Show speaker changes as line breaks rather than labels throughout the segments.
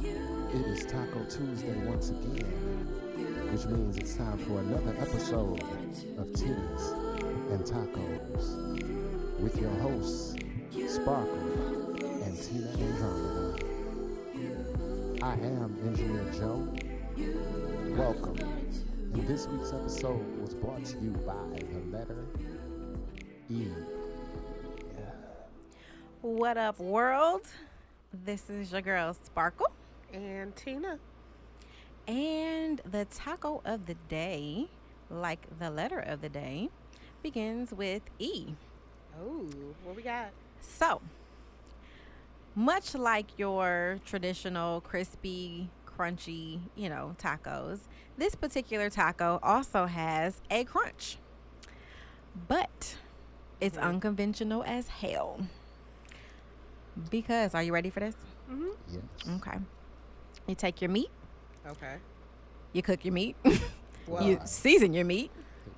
It is Taco Tuesday once again, which means it's time for another episode of Titties and Tacos with your hosts, Sparkle and Tina Andromeda. I am Engineer Joe. Welcome. And this week's episode was brought to you by the letter E.
What up, world? This is your girl Sparkle,
And Tina.
and the taco of the day, like the letter of the day, begins with E.
Oh, what we got?
So, much like your traditional crispy, crunchy, you know, tacos, this particular taco also has a crunch. But it's unconventional as hell. Because, are you ready for this?
Mm-hmm.
Yes.
Okay. You take your meat,
Okay.
you cook your meat,
Well,
you season your meat,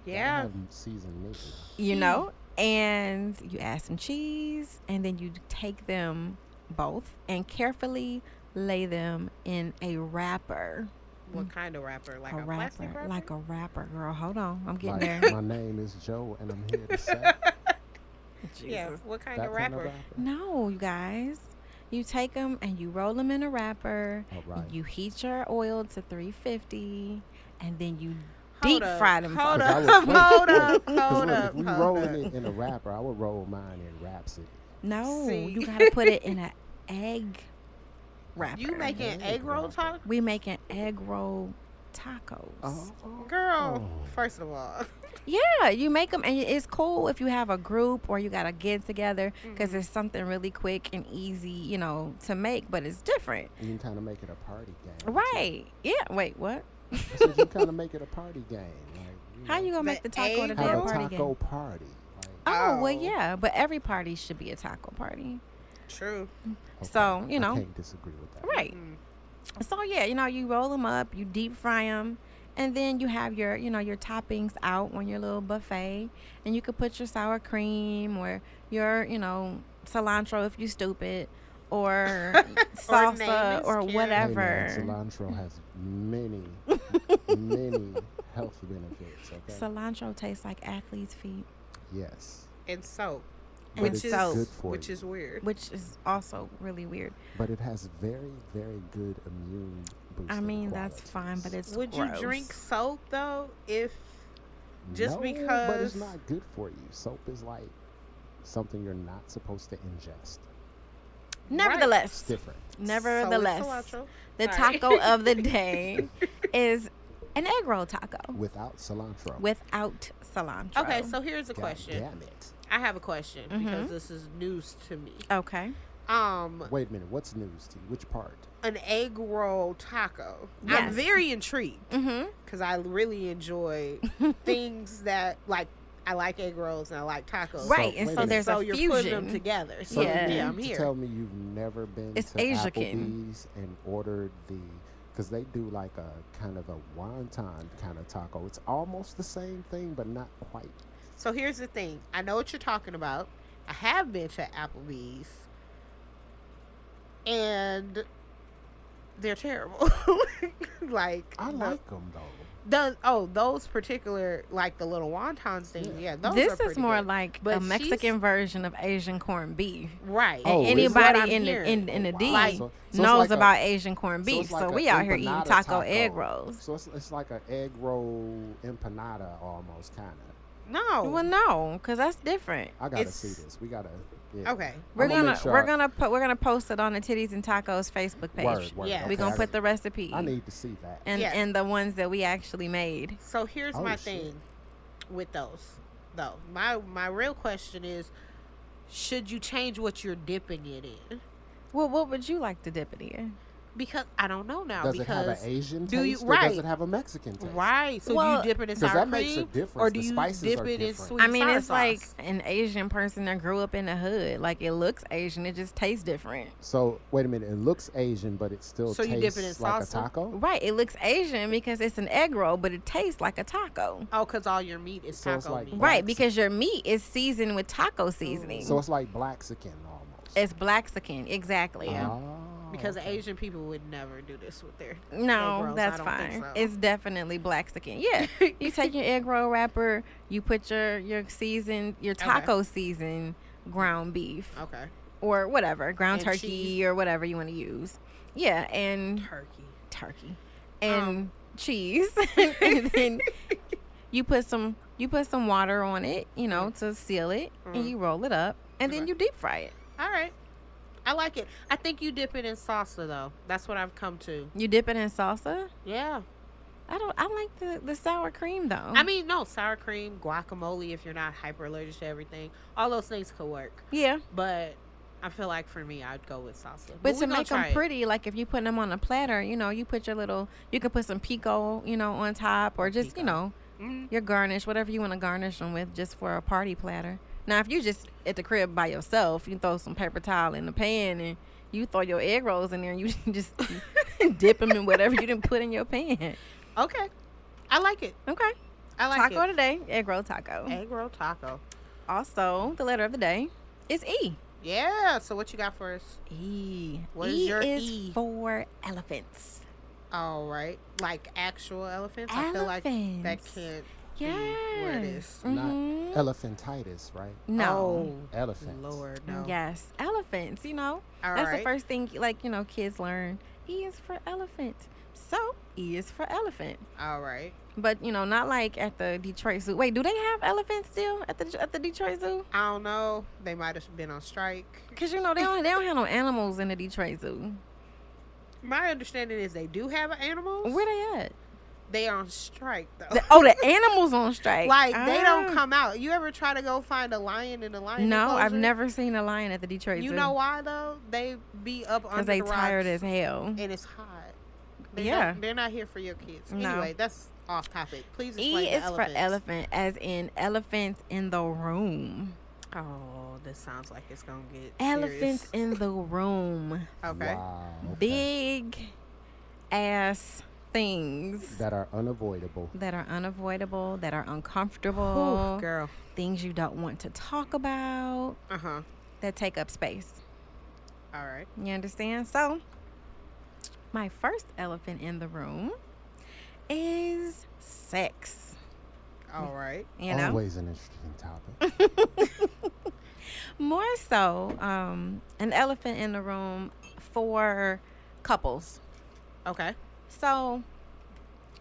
Yeah.
Damn seasoned nigga.
you know, and you add some cheese, and then you take them both and carefully lay them in a wrapper.
what kind of wrapper? Like a, plastic wrapper?
like a wrapper, girl. Hold on, I'm getting
Like, my
there.
name is Joe, and I'm here to say that
yeah.
Jesus.
What kind
kind
of wrapper?
No, you guys, you take them and you roll them in a wrapper.
All right.
You heat your oil to 350, and then you deep
Hold up,
fry them.
Hold
fuckers. I
up.
was
Hold
thinking that.
up.
'Cause
Hold
look,
up.
If we
hold up.
rolling it in a wrapper, I would roll mine in Rhapsody.
No,
See.
you gotta put it in an egg wrapper.
You making egg roll taco?
We making egg roll tacos.
Uh-huh. Girl,
Oh.
first of all.
Yeah, you make them, and it's cool if you have a group or you got a get together
mm,
because
Mm-hmm.
it's something really quick and easy, you know, to make, but it's different.
You can kind of make it a party game. too.
Right? Yeah. Wait, what?
I said you kind of make it a party game. Like, you
How
know,
you gonna
The
make the taco
egg
at a
gonna
have
damn
a
party
taco
game?
party? Like,
Oh well,
Oh.
yeah, but every party should be a taco party,
True.
okay,
So, you know.
I can't disagree with that.
right?
Mm.
So yeah, you know, you roll them up, you deep fry them, and then you have your, you know, your toppings out on your little buffet, and you could put your sour cream or your, you know, cilantro if you stupid, or salsa
name is
or,
cute.
Hey, man,
whatever.
cilantro has many, many health benefits. Okay.
Cilantro tastes like athlete's feet,
yes.
And soap,
But
And
it's
soap.
good for
which
you.
is weird.
which is also really weird.
But it has very, very good immune boosting
I mean, that's fine, but
qualities.
it's
Would you
gross.
drink soap though? If just
no, But it's
because-
not good for you. Soap is like something you're not supposed to ingest. It's
Nevertheless,
different.
nevertheless,
so is cilantro.
the
Sorry.
taco of the day is an egg roll taco.
Without cilantro.
without cilantro.
Okay, so here's a
God
question.
Damn it.
I have a question
Mm-hmm.
because this is news to me.
okay,
Um,
Wait a minute. What's news to you? Which part?
an egg roll taco. I'm
Yes.
very intrigued
mm-hmm.
because I really enjoy things that like I like egg rolls and I like tacos.
right,
wait
and
a
so
minute.
there's
so
a
you're putting them
fusion.
together. So
you
Yeah.
yeah,
mean
I'm
to
here.
Tell me you've never been
It's
to
Asian.
Applebee's and ordered the because they do like a kind of a wonton kind of taco. It's almost the same thing, but not quite.
So here's the thing. I know what you're talking about. I have been to Applebee's, and they're terrible. like
I
the-
like them though.
the oh those particular like the little wontons thing.
Yeah.
Yeah, those
This
are
is
pretty
more
good.
like
But
a
she's-
Mexican version of Asian corned beef.
right.
Oh,
and
is it?
What I'm
anybody in the, in,
hearing.
in the
Oh,
D
wow. So- so it's
knows
like a-
about Asian corned
so it's
beef, so,
like a
we out here eating
empanada
taco, egg rolls.
So it's, it's like an egg roll empanada almost kind of.
no.
Well, no, because that's different.
I gotta
It's-
see this. We gotta. Yeah.
Okay.
We're
I'ma make
gonna
sure
we're
I-
gonna po- we're gonna post it on the Titties and Tacos Facebook page.
Word, word.
Yeah.
Okay,
We're gonna
I-
put the recipe
I need to see that.
and
Yeah.
and the ones that we actually made.
So here's
Oh,
my
shit.
thing with those though. My my real question is should you change what you're dipping it in?
Well, what would you like to dip it in?
Because I don't know now
Does it have
because
an Asian
do you-
taste or does
right.
it have a Mexican taste?
Right. So
Well-
do you dip it in
'Cause
sour
that
cream?
makes a difference.
Or do
The
you
spices
dip
are
it in
different.
sweet
I mean,
sour
it's like
sauce?
an Asian person that grew up in the hood. Like it looks Asian, it just tastes different.
So wait a minute. It looks Asian, but it still
So you
tastes
dip it in
like a
salsa?
taco.
Right, it looks Asian because it's an egg roll, but it tastes like a taco.
Oh, because all your meat is
So
taco
it's like-
meat.
Right,
Blaxican.
because your meat is seasoned with taco seasoning.
So it's like black skin almost.
it's black skin, exactly.
Oh.
because the Asian people would never do this with their
No,
egg rolls. I
that's
don't think
fine.
so.
It's definitely black skin. Yeah, you take your egg roll wrapper, you put your your season, your
Okay.
taco season ground beef
okay.
or whatever, ground
And
turkey
cheese.
or whatever you want to use. Yeah, and
Turkey.
turkey and
Um.
cheese, and then you put some you put some water on it, you know, to seal it, and
Mhm.
you roll it up, and then
Okay.
you deep fry it.
All right. I like it. I think you dip it in salsa though. That's what I've come to.
You dip it in salsa.
Yeah.
I don't. I like the the sour cream though.
I mean, no, sour cream, guacamole if you're not hyper allergic to everything. All those things could work.
yeah.
But I feel like for me, I'd go with salsa.
But
we
to
gonna
make them
try it.
pretty, like if you put them on a platter, you know, you put your little, you can put some pico, you know, on top, or just you
Pico.
know,
Mm,
your garnish, whatever you want to garnish them with, just for a party platter. Now, if you just at the crib by yourself, you throw some paper towel in the pan and you throw your egg rolls in there, and you just dip them in whatever you didn't put in your pan.
okay. I like it.
Okay,
I like
taco
it.
today, egg roll taco.
Egg roll taco.
Also, the letter of the day is E.
Yeah. So what you got for us?
E.
What is
e
your
is
E?
for elephants.
All right. Like actual elephants. I feel like that
Elephants.
can't. be
Yeah.
Where it is.
Mhm.
Elephantitis, right?
no.
Oh,
Elephants.
Lord, no.
Yes, elephants. You know,
All
that's
right.
the first thing like you know kids learn. E is for elephant. So E is for elephant.
All right.
But you know, not like at the Detroit Zoo. Wait, do they have elephants still at the at the Detroit Zoo?
I don't know. They might have been on strike.
Cause you know they don't they don't have no animals in the Detroit Zoo.
My understanding is they do have animals.
Where they at?
they on strike though.
The- oh, the animals on strike.
like they
Ah.
don't come out. You ever try to go find a lion in a lion?
No, I've
enclosure?
never seen a lion at the Detroit
You
Zoo.
know why though? They be up under
Cause they
the
tired as
rocks
hell.
and it's hot. They're
Yeah.
not, they're not here for your kids.
No.
Anyway, that's off topic. Please
E
explain the
is
elephants.
for elephant, as in elephants in the room.
Oh, this sounds like it's gonna get
Elephants
serious.
in the room.
Okay.
Wow. okay.
Big ass things
That are unavoidable.
that are unavoidable, that are
Ooh,
uncomfortable,
girl.
things you don't want to talk about,
Uh huh.
that take up space.
All right.
You understand? So, my first elephant in the room is sex.
All
Mm.
right.
You know?
Always an interesting topic.
More so, um, an elephant in the room for couples.
Okay.
So,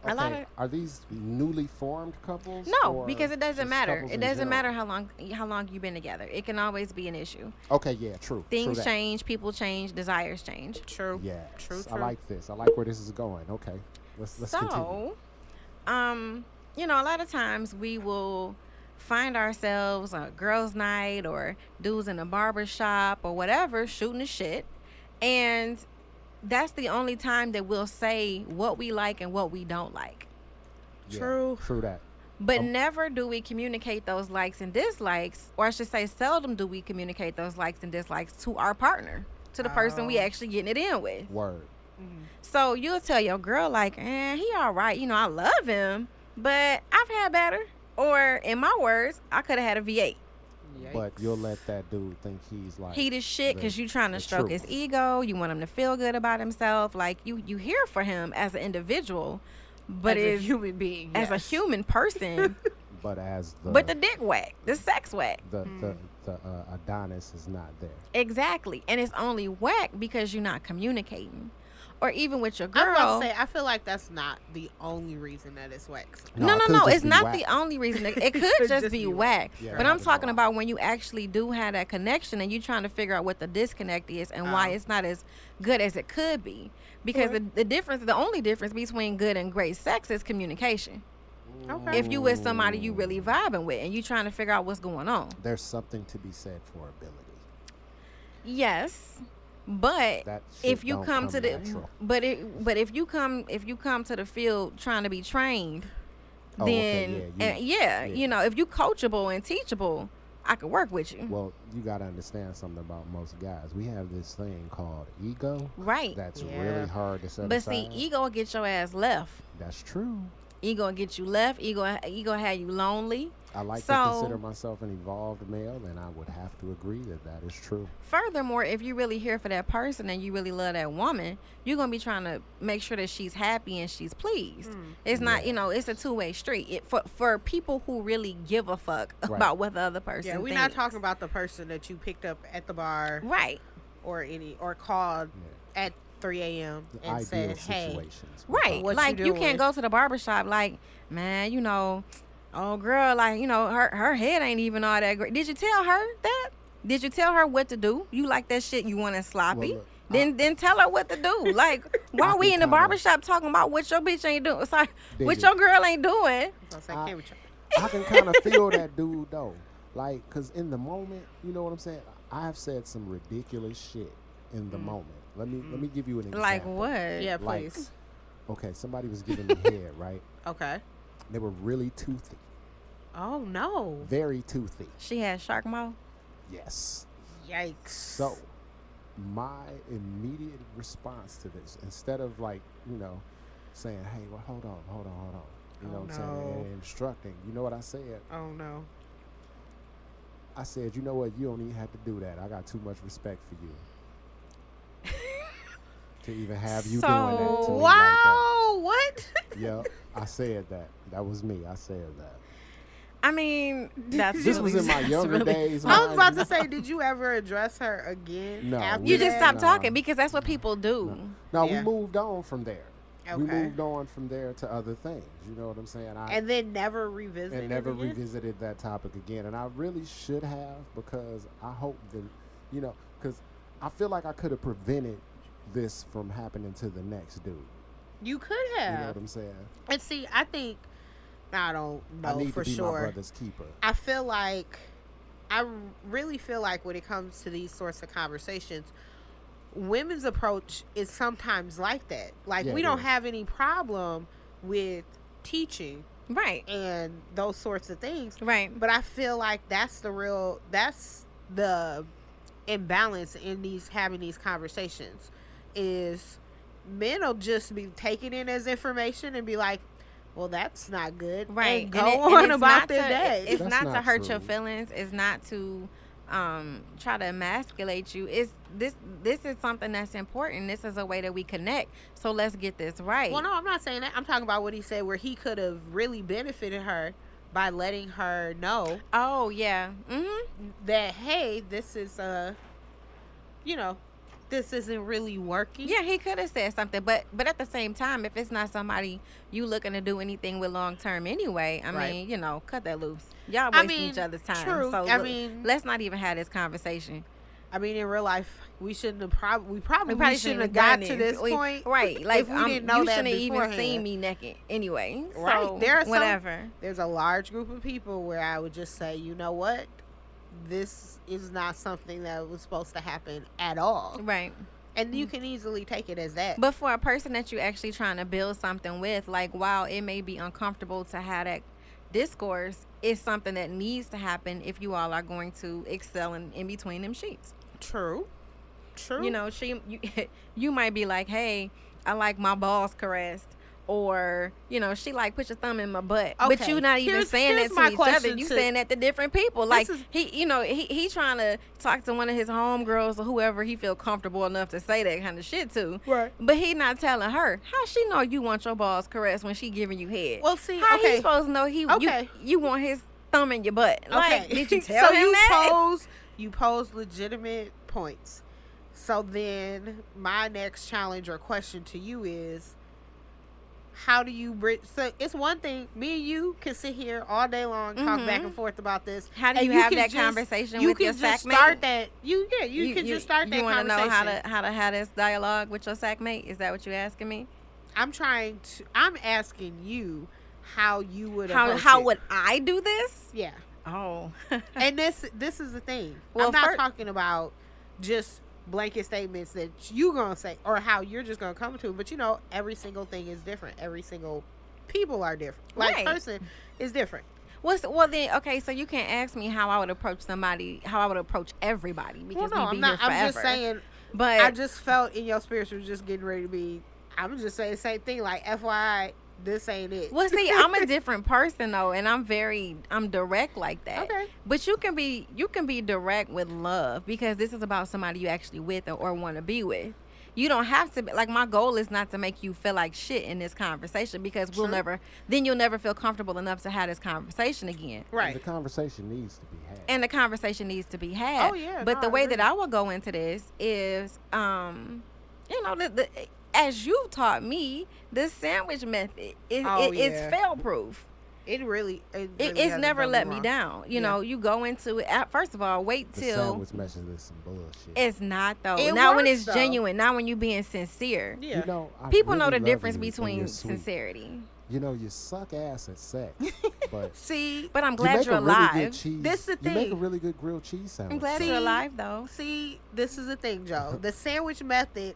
A lot of-
are these newly formed couples?
no,
or
because it doesn't
just
matter.
couples
It
in general?
doesn't matter how long how long you've been together. It can always be an issue.
Okay, yeah, true. true
Things
that.
change, people change, desires change.
True.
Yes,
True,
I
true.
like this. I like where this is going. Okay, let's let's
so,
continue.
um, you know, a lot of times we will find ourselves a girls' night or dudes in a barber shop or whatever shooting the shit, and that's the only time that we'll say what we like and what we don't like.
Yeah,
True.
True that.
But
Um,
never do we communicate those likes and dislikes, or I should say, seldom do we communicate those likes and dislikes to our partner, to the person we
Oh.
actually getting it in with.
Word.
Mhm.
So you'll tell your girl like, eh, he all right. You know, I love him, but I've had better. Or in my words, I could have had a V8.
But
Yikes.
you'll let that dude think he's like
He the shit because you trying to
the
stroke
truth.
his ego. You want him to feel good about himself. Like you, you here for him as an individual, but as,
as a human being,
as a
yes.
human person.
but as the
but the dick whack, the sex whack.
the
Hmm.
the, the uh, Adonis is not there.
Exactly, and it's only whack because you're not communicating, or even with your girl.
I'm gonna say I feel like that's not the only reason that it's waxed.
No,
it
no,
could
no.
just
It's
be
not
whack.
the only reason. It, it could just be whack.
Yeah,
but
that
I'm
is
talking
whack.
about when you actually do have that connection and you're trying to figure out what the disconnect is and why
Oh.
it's not as good as it could be. Because the, the difference, the only difference between good and great sex is communication.
Okay.
If you with somebody you really vibing with and you trying to figure out what's going on.
There's something to be said for ability.
Yes, but
That shit
if you
don't
come, to the
natural.
but it but if you come if you come to the field trying to be trained
Oh, okay,
then
yeah, you-
and yeah,
yeah.
you know if you coachable and teachable i could work with you
well, you got to understand something about most guys. We have this thing called ego
right
that's
Yeah.
really hard to set
but see e
aside.
ego will get your ass left
that's true.
He gonna get you left. He gonna he gonna have you lonely.
I like to
So-
consider myself an evolved male, and I would have to agree that that is true.
Furthermore, if you really here for that person and you really love that woman, you're gonna be trying to make sure that she's happy and she's pleased.
Mm.
It's not, you know, it's a two way street. It for for people who really give a fuck
Right.
about what the other person.
Yeah, we're not
thinks.
talking about the person that you picked up at the bar
Right,
or any or called
Yeah.
at 3 a.m.
The
and
ideal
said, "Hey,
situations. we're
right.
talking-
What you
like you,
doing?
can't go to the barber shop. Like, man, you know, oh girl, like you know, her her head ain't even all that great. Did you tell her that? Did you tell her what to do? You like that shit? You want it sloppy?
look,
then then tell her what to do. Like, why
I
we
can
in the
kinda-
barber shop talking about what your bitch ain't doing? Sorry, what
Digit.
your girl ain't doing?
I was like,
I-
"Can't we try?"
I can kind of feel that dude though. Like, cause in the moment, you know what I'm saying. I've said some ridiculous shit in the moment. Let me let me give you an example.
Mm. Like what?
Yeah,
Like-
please.
Okay, somebody was giving me hair, right?
okay.
They were really toothy,
Oh no.
very toothy.
She had shark mouth.
Yes.
Yikes.
So, my immediate response to this, instead of like, you know, saying, "Hey, well, hold on, hold on, hold on," you know
Oh,
what I'm saying,
no.
and instructing, you know what I said?
Oh no.
I said, "You know what? You don't even have to do that. I got too much respect for you to even have you doing that." To
So-
me
Wow. What?
Like that. Yep, I said that. That was me. I said that.
I mean, Oh, that's
This
really,
was in my
that's
younger
really-
days.
I
mind
was about
you.
to say, did you ever address her again?
No,
After
we-
You just
Yeah.
stop
Nah.
talking because that's what people do.
No,
Yeah.
we moved on from there. We
Okay.
moved on from there to other things. You know what I'm saying? I,
and then never revisit.
and never revisited that topic again. And I really should have because I hope that, you know, because I feel like I could have prevented this from happening to the next dude.
You could
You know
have.
what I'm saying?
and see, I think I don't
I
know
need
for
to be my
sure.
brother's keeper.
I feel like I really feel like when it comes to these sorts of conversations, women's approach is sometimes like that. Like
Yeah,
we
it
don't
is.
have any problem with teaching
Right,
and those sorts of things.
right.
But I feel like that's the real that's the imbalance in these having these conversations is men'll just be taking in as information and be like, Well, that's not good.
Right.
And go
And it- and
on
it's
about
not
their
to-
day.
it- It's
That's
not, to
not
hurt your
true.
feelings. It's not to um, try to emasculate you. It's this. This is something that's important. This is a way that we connect. So let's get this right.
Well, no, I'm not saying that. I'm talking about what he said, where he could have really benefited her by letting her know
Oh yeah. Mm-hmm.
that, hey, this is uh, you know, this isn't really working.
Yeah, he could have said something, but but at the same time, if it's not somebody you looking to do anything with long term anyway, I
Right.
mean, you know, cut that loose. Y'all
I
wasting
mean,
each other's time.
true.
So
I
look,
mean-
let's not even have this conversation.
I mean, in real life, we shouldn't have probably we probably,
We probably
shouldn't have
done
got to this
We-
point,
right? Like
if we
um,
didn't know
you
that
shouldn't have even
beforehand.
seen me naked anyway.
Right.
So,
There are some-
whatever.
There's a large group of people where I would just say, you know what, this is not something that was supposed to happen at all,
Right.
and
Mm.
you can easily take it as that.
But for a person that you actually trying to build something with, like while it may be uncomfortable to have that discourse, it's something that needs to happen if you all are going to excel in, in between them sheets.
true, true.
You know, she you, you might be like, Hey, I like my balls caressed or, you know, she like put your thumb in my butt. But
Okay,
you're not even
here's-
saying
here's
that
my
to each other.
question
You
to-
saying that to different people. Like
is-
he you know, he, he trying to talk to one of his homegirls or whoever he feel comfortable enough to say that kind of shit to.
Right.
But he not telling her. How she know you want your balls caressed when she giving you head?
Well, see,
how
okay.
he supposed to know he
Okay.
you, you want his thumb in your butt? Like, did you tell
so
him
you
that?
pose you pose legitimate points. So then my next challenge or question to you is how do you bridge so it's one thing me and you can sit here all day long talk back
Mhm.
and forth about this
How do
and
you have
can
that
just-
conversation
you
with
can
your
just
sack mate?
start that you yeah you, can just start that
You wanna
conversation
know how to how to have this dialogue with your sack mate? Is that what you asking me?
I'm trying to I'm asking you how you would
How
approach
how
it.
would I do this?
yeah
Oh,
and this this is the thing.
Well,
I'm not
fir-
talking about just blanket statements that you gonna say or how you're just gonna come to. But you know, every single thing is different. Every single people are different. Like
Right.
person is different.
what's well then? Okay, so you can't ask me how I would approach somebody, how I would approach everybody
Well,
because
no,
we be
I'm not.
here forever.
I'm just saying.
but
I just felt in your spirits was just getting ready to be. I'm just saying the same thing. Like FYI, this ain't it.
Well, see, I'm a different person though, and I'm very I'm direct like that.
Okay.
But you can be you can be direct with love because this is about somebody you actually with or, or want to be with. You don't have to be, like my goal is not to make you feel like shit in this conversation because we'll
True.
never then you'll never feel comfortable enough to have this conversation again.
The
Right.
conversation needs to be had.
And the conversation needs to be had.
Oh, yeah,
But
no,
the
I
way
agree.
that I will go into this is um you know the, the as you've taught me, the sandwich method is
Oh,
it, it's
yeah.
fail proof
It really. It,
it,
really
it's
hasn't
never
done
let me
wrong.
down. You
Yeah.
know, you go into it. At, first of all, wait
the
till
sandwich message is some bullshit.
it's not though.
It
now when
works,
it's
though.
genuine, now when you being sincere,
Yeah.
You know, I
people know
really love
the difference
you and
between
you're sweet.
sincerity.
You know, you suck ass at sex, but
See.
But I'm
you
glad
make
you're
a really
alive.
good cheese.
This the
you make a
thing.
really good grilled cheese sandwich.
I'm glad
though.
you're
See?
alive though.
See, this is the thing, Joe. The sandwich method.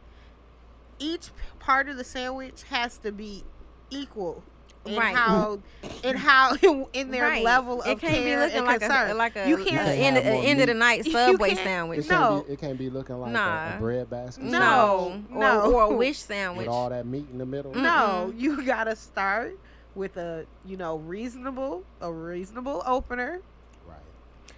Each p- part of the sandwich has to be equal. In
Right.
how, in how, in their
Right.
level of
it can't be
care
looking
and
like
concern.
a like a
You
like
can't-
a
You
end,
can't
a
have more
end of the
meat.
night
You
Subway
can't-
It
sandwich.
can't,
No.
be, it can't be looking like a,
Nah.
a bread basket
No.
sandwich
or,
no.
or a wish sandwich.
with all that meat in the middle.
Mm.
No, you gotta start with a you know reasonable a reasonable opener.
Right.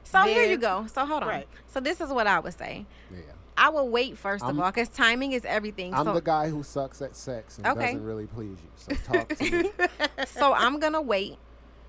So here
Then-
you go. So hold on.
Right.
So this is what I would say.
Yeah.
I will wait 1st of
I'm-
all because timing is everything.
I'm
so
the guy who sucks at sex and
Okay.
doesn't really please you. So talk to me.
so I'm gonna wait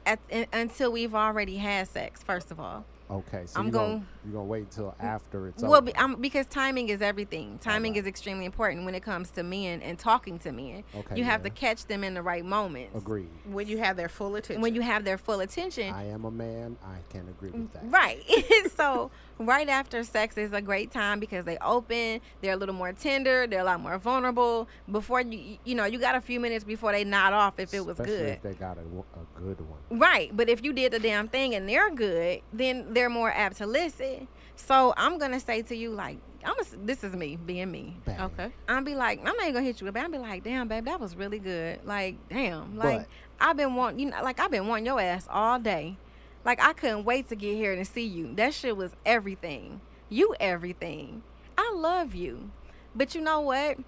at, un- until we've already had sex. First of all,
Okay. So
I'm
you're
gon-
you're gonna wait until after it's
well,
over.
be, um, because timing is everything. Timing
Alright.
is extremely important when it comes to men and talking to men.
Okay,
you have
yeah.
to catch them in the right moments.
Agreed.
when you have their full attention.
When you have their full attention,
I am a man. I can agree with that.
Right. so right after sex is a great time because they open, they're a little more tender, they're a lot more vulnerable. Before you you know, you got a few minutes before they nod off if it was
Especially
good.
if they got a, wo- a good one.
Right, but if you did the damn thing and they're good, then they're more apt to listen. So I'm gonna say to you, like, I'm a, this is me being me.
Bang.
okay,
I'll be like, I'm not even gonna hit you up. I'll be like, damn, babe, that was really good. Like, damn, like
But-
I've been wanting, you know, like I've been wanting your ass all day. Like I couldn't wait to get here and see you. That shit was everything. You everything. I love you, but you know what?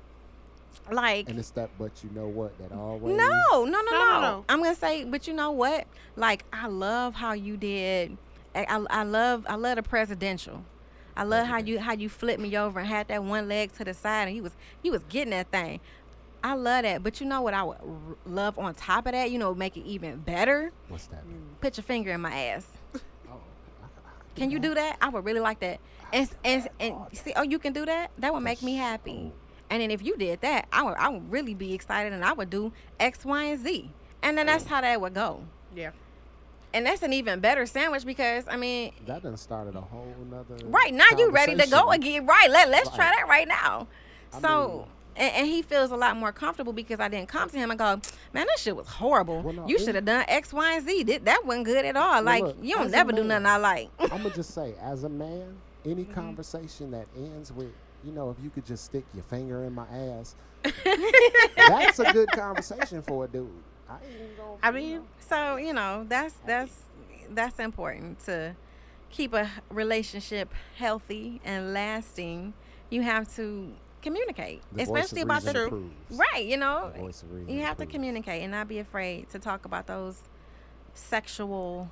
Like,
And it's that, but you know what? That always.
no, no, no,
No, no,
no,
no.
I'm gonna say, but you know what? Like, I love how you did. I, I, I love, I love the presidential. I love how you how you flipped me over and had that one leg to the side and you was you was getting that thing. I love that, but you know what I would r- love on top of that? You know, make it even better.
What's that? mean?
Put your finger in my ass.
Oh, I- I-
Can you do that? I would really like that. And and, and see, oh, you can do that. That would make me happy. And then if you did that, I would I would really be excited, and I would do X, Y, and Z. And then that's how that would go.
yeah,
And that's an even better sandwich because I mean,
That done started a whole nother.
right now you ready to go
conversation.
again. Right, let let's try
Right.
that right now.
I
So.
mean-
And, and he feels a lot more comfortable because I didn't come to him and go, man, that shit was horrible.
Well, no,
you
it-
should have done X, Y, and Z. That, that wasn't good at all.
Well,
like,
look,
you don't
as a
never do
man-
nothing I like.
I'm gonna just say, as a man, any
Mm-hmm.
conversation that ends with, you know, if you could just stick your finger in my ass, that's a good conversation for a dude. I, ain't even gonna,
I
you
mean,
know,
So you know that's that's that's important to keep a relationship healthy and lasting. You have to communicate,
the voice
especially
of
about the
reason
True.
proves.
right. You
The
know,
voice of reason
you have to
proves.
communicate and not be afraid to talk about those sexual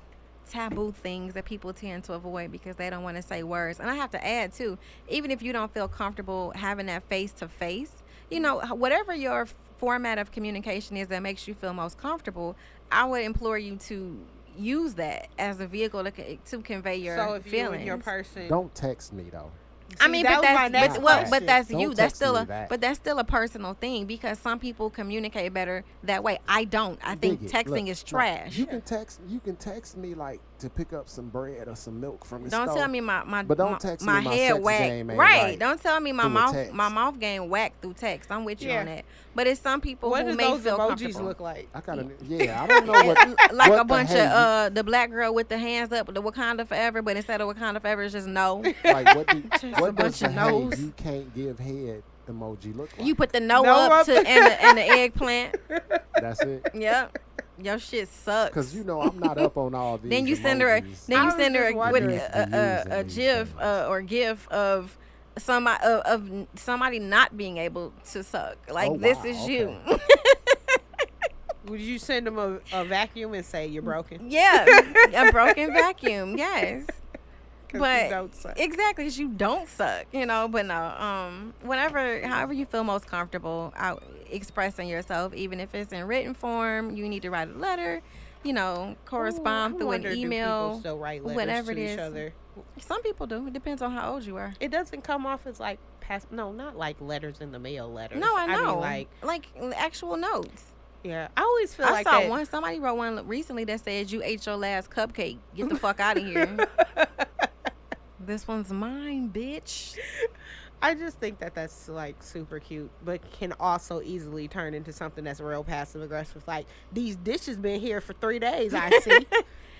taboo things that people tend to avoid because they don't want to say words. And I have to add too, even if you don't feel comfortable having that face to face, you know, whatever your f- format of communication is that makes you feel most comfortable, I would implore you to use that as a vehicle to, c- to convey your
so if you
feelings.
and your person,
Don't text me though.
I
See,
mean,
that
but
was my
that's
next
but, well, but
question.
that's
Don't
you. That's
text
still
me
a
that.
but that's still a personal thing because some people communicate better that way. I don't. I think
Dig it.
texting
Look,
is
look,
trash.
you can text. You can text me like to pick up some bread or some milk from the
don't
store.
tell me my my
But don't
my,
text
my
me my
head
sex
whack
game
right.
ain't right
Don't tell me my
through a
mouth
text.
my mouth game whacked through text. I'm with you
Yeah.
on that. But it's some people
what
who
do
may
those
feel
emojis
comfortable.
look like?
I gotta. Yeah, I don't know what.
like
what
a
the
bunch of
hell you-
uh the black girl with the hands up the Wakanda forever, but instead of Wakanda forever, it's just no.
Like what? Do,
Just a
what does
bunch
the
of
hey,
no's.
you can't give head emoji look like?
You put the no,
No
up,
up.
to and the, and the eggplant.
That's it.
Yep, your shit sucks.
Cause you know I'm not up on all these.
then you send her a
emojis.
then
I
you
was
send her
just
a, with
wondering.
a, a, a, a
Using these
gif uh, or gif of somebody of, of somebody not being able to suck like
Oh,
this
wow,
is
okay.
you
Would you send them a, a vacuum and say you're broken?
Yeah, a broken vacuum. Yes.
'Cause you
But
don't suck.
Exactly, 'cause you don't suck, you know. But no, um, whenever, however you feel most comfortable out expressing yourself, even if it's in written form, you need to write a letter, you know, correspond
Ooh, I
through
wonder
an
do people
email.
still write letters
whatever
to
it
each
is.
other.
Some people do. It depends on how old you are.
It doesn't come off as like pass. No, not like letters in the mail. Letters.
No, I know.
mean, like
like, actual notes.
yeah, I always feel
I
like
saw
that.
one. Somebody wrote one recently that said, "You ate your last cupcake. Get the fuck out of here. this one's mine, bitch."
I just think that that's like super cute, but can also easily turn into something that's real passive aggressive. Like these dishes been here for three days. I see.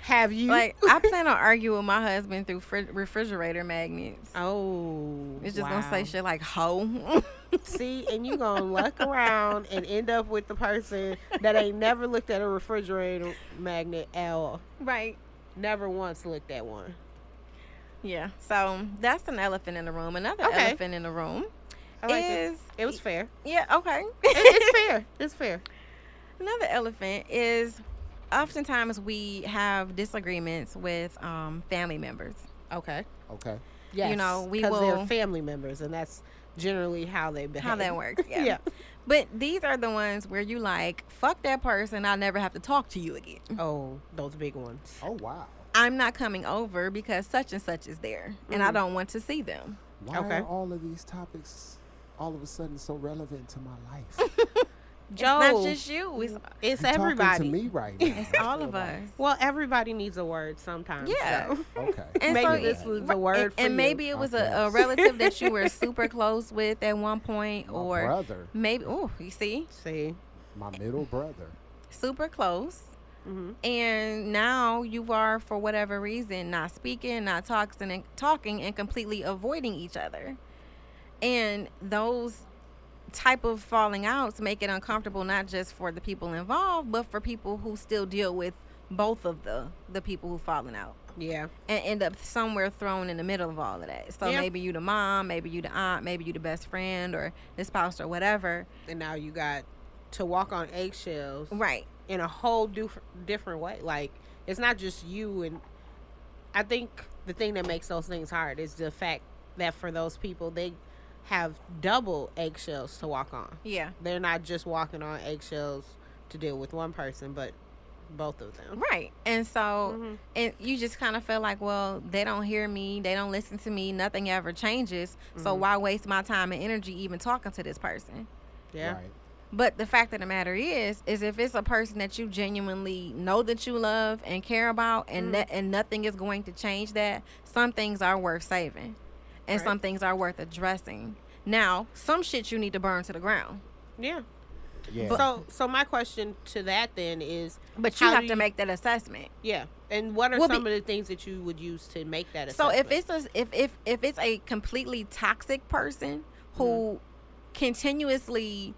Have you?
Like I plan on arguing with my husband through fri- refrigerator magnets.
oh,
It's just gonna say
wow.
shit like "hoe."
See, and you gonna luck around and end up with the person that ain't never looked at a refrigerator magnet at all.
right.
Never once looked at one.
Yeah. So that's an elephant in the room. Another
Okay.
elephant in the room
I like it.
is
It was fair.
yeah okay.
It- it's fair. It's fair.
Another elephant is oftentimes we have disagreements with um, family members.
Okay.
Okay.
Yes.
know, we
'cause they're
will-
family members, and that's generally how they behave.
How that works.
Yeah.
But these are the ones where you like, fuck that person, I'll never have to talk to you again.
Oh, those big ones.
Oh wow.
I'm not coming over because such and such is there and I
Mhm.
don't want to see them.
Why
Okay.
are all of these topics all of a sudden so relevant to my life?
It's
Joe,
not
it's,
just you, it's,
Talking
everybody.
to me right now.
it's all of us.
Well, everybody needs a word sometimes.
Yeah.
so.
Okay.
And
maybe
so-
this was the
Right,
word
and,
for
and
you.
maybe it was a, a
Okay.
relative that you were super close with at one point
my
or
brother,
maybe oh you see
See.
my middle brother.
super close
Mm-hmm.
and now you are for whatever reason not speaking not talking and talking and completely avoiding each other and those type of falling outs make it uncomfortable not just for the people involved but for people who still deal with both of the the people who falling out
Yeah.
and end up somewhere thrown in the middle of all of that so
Yeah.
maybe you the mom maybe you the aunt maybe you the best friend or the spouse or whatever
And now you got to walk on eggshells
right
in a whole doof- different way. Like it's not just you and I think the thing that makes those things hard is the fact that for those people they have double eggshells to walk on.
yeah
They're not just walking on eggshells to deal with one person, but both of them.
right and so
Mm-hmm.
Mhm.
and you just kind of feel like, well, they don't hear me, they don't listen to me, nothing ever changes. So
Mhm.
why waste my time and energy even talking to this person?
Yeah.
Right.
But the fact of the matter is, is if it's a person that you genuinely know that you love and care about, and
Mhm.
that and nothing is going to change that, some things are worth saving, and
Right.
some things are worth addressing. Now, some shit you need to burn to the ground,
Yeah.
Yeah.
So so my question to that then is
but you
How
have
do
to
you-
make that assessment.
yeah. And what are
Well,
some
be-
of the things that you would use to make that
So
assessment?
if it's a, if if if it's a completely toxic person who continuously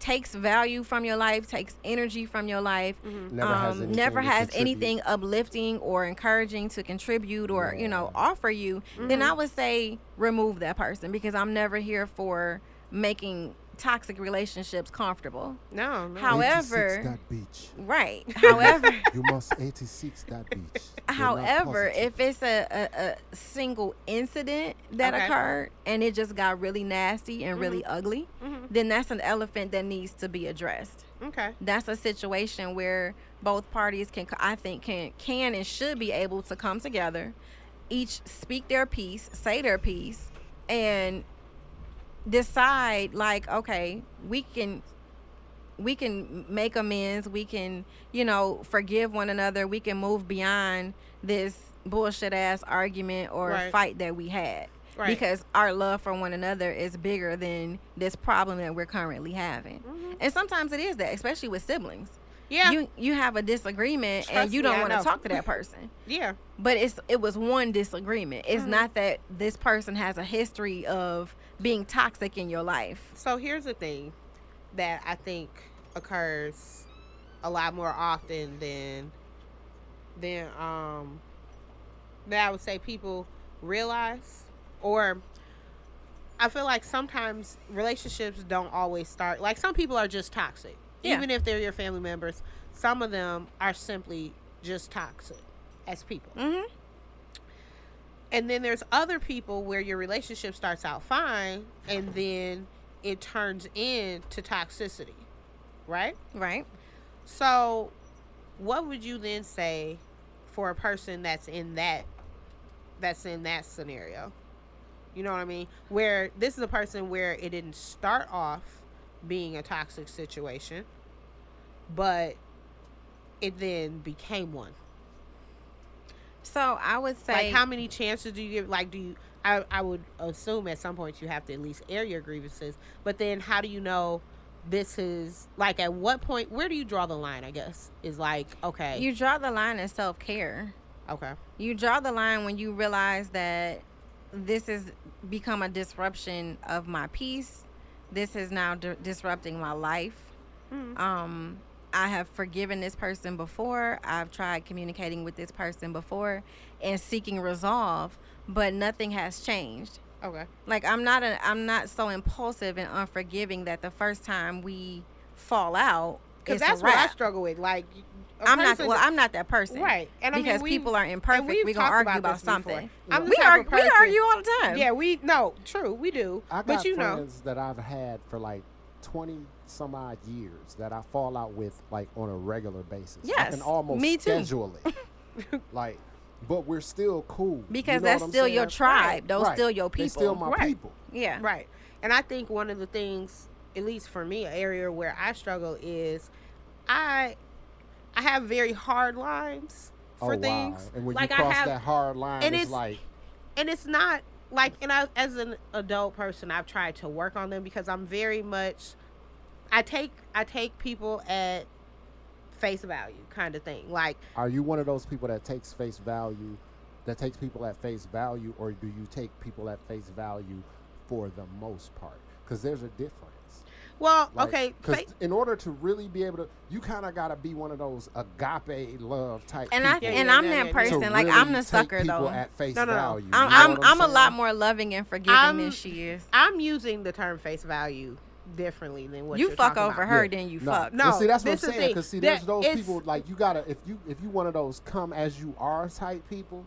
takes value from your life, takes energy from your life,
Mhm.
never has
um,
anything.
never
to
has
contribute.
anything uplifting or encouraging to contribute or you know
Yeah.
offer you,
Mm-hmm.
then I would say remove that person because I'm never here for making toxic relationships comfortable.
no, no.
how- however-
86 that beach.
Right. However,
You must 86 that beach. You're not
However,
positive.
if it's a, a, a single incident that
Okay.
occurred and it just got really nasty and really
Mm-hmm.
ugly,
Mhm.
then that's an elephant that needs to be addressed.
Okay.
That's a situation where both parties can, I think, can can and should be able to come together, each speak their piece, say their piece, and decide like, okay, we can we can make amends we can you know forgive one another we can move beyond this bullshit ass argument or
Right.
fight that we had
Right.
because our love for one another is bigger than this problem that we're currently having
Mhm.
and sometimes it is that especially with siblings
Yeah.
you you have a disagreement
Trust
and you
me,
don't
I
want to
know.
talk to that person
yeah.
but it's it was one disagreement it's
Mhm.
not that this person has a history of being toxic in your life
So here's the thing that I think occurs a lot more often than than um that I would say people realize or I feel like sometimes relationships don't always start like some people are just toxic.
Yeah.
even if they're your family members, some of them are simply just toxic as people.
Mm-hmm.
And then there's other people where your relationship starts out fine and then it turns into toxicity, right?
Right.
So, what would you then say for a person that's in that that's in that scenario? You know what I mean? Where this is a person where it didn't start off being a toxic situation, but it then became one.
So I would say
like, how many chances do you give? Like, do you? I, I would assume at some point you have to at least air your grievances, but then how do you know this is like at what point? Where do you draw the line? I guess is like okay,
you draw the line in self care.
okay,
You draw the line when you realize that this has become a disruption of my peace. This is now di- disrupting my life.
Mm-hmm.
Um, I have forgiven this person before. I've tried communicating with this person before and seeking resolve, but nothing has changed.
okay,
Like I'm not a, I'm not so impulsive and unforgiving that the first time we fall out,
because
it's a
that's what I
wrap.
struggle with. Like, a
I'm not.
person-
Well, I'm not that person.
right, and I mean,
because
we've-
people are imperfect.
we've
We're gonna
talked
argue
about
about
this before.
something.
I'm the
we,
type of
argue, we
person-
argue all the time.
Yeah, we no, true, we do,
I got
but you know,
friends that I've had for like twenty some odd years that I fall out with like on a regular basis. I
Yes,
can almost
me too.
schedule it. like, but we're still cool you
because
know
that's
what I'm
still your
saying?
tribe. Those
Right.
still your people.
They still my
Right.
people.
yeah.
Right. And I think one of the things, at least for me, an area where I struggle is I I have very hard lines for
oh,
things.
Wow. And when
like
you cross
I have
that hard line,
and
it's,
it's-
like
and it's not like and I as an adult person I've tried to work on them because I'm very much I take I take people at face value kind of thing. Like
Are you one of those people that takes face value, that takes people at face value, or do you take people at face value for the most part? Because there's a difference.
well,
Like,
okay,
Because
fa-
in order to really be able to, you kind of got to be one of those agape love type.
And I
people
Yeah,
and
yeah,
I'm
yeah, yeah,
that
yeah.
to
person. Like I'm
really
the
take
sucker
people
though.
At face
No, no, no.
value. you know
I'm I'm,
what
I'm a
saying?
lot more loving and forgiving than
I'm-
she is.
I'm using the term face value differently than what
You
you're
fuck
talking
over
about.
her,
Yeah.
then you
no.
fuck.
Well,
No,
see that's what I'm
this is the
saying.
thing.
Because see,
That
there's those
it's-
people like you gotta if you if you one of those come as you are type people,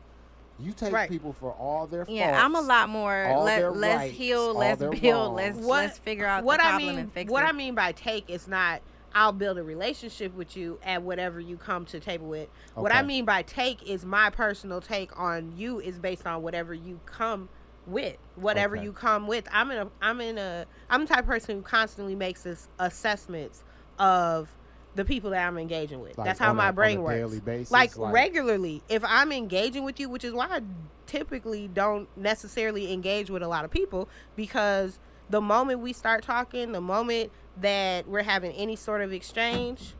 you take
Right.
people for all their faults.
Yeah, I'm a lot more.
all
Let,
their
let's
rights, all
heal. Let's
their
build.
wrongs.
Let's
What-
let's figure out
what
the
I
problem
mean,
and fix
what
it.
I mean by take is not I'll build a relationship with you at whatever you come to the table with. What I
Okay.
mean by take is my personal take on you is based on whatever you come with, whatever
Okay.
you come with. I'm in a, I'm in a, I'm the type of person who constantly makes this assessments of the people that I'm engaging with.
Like,
That's how
on a-
my
on
brain
a
works.
daily basis,
like,
like-
regularly, if I'm engaging with you, which is why I typically don't necessarily engage with a lot of people because the moment we start talking, the moment that we're having any sort of exchange,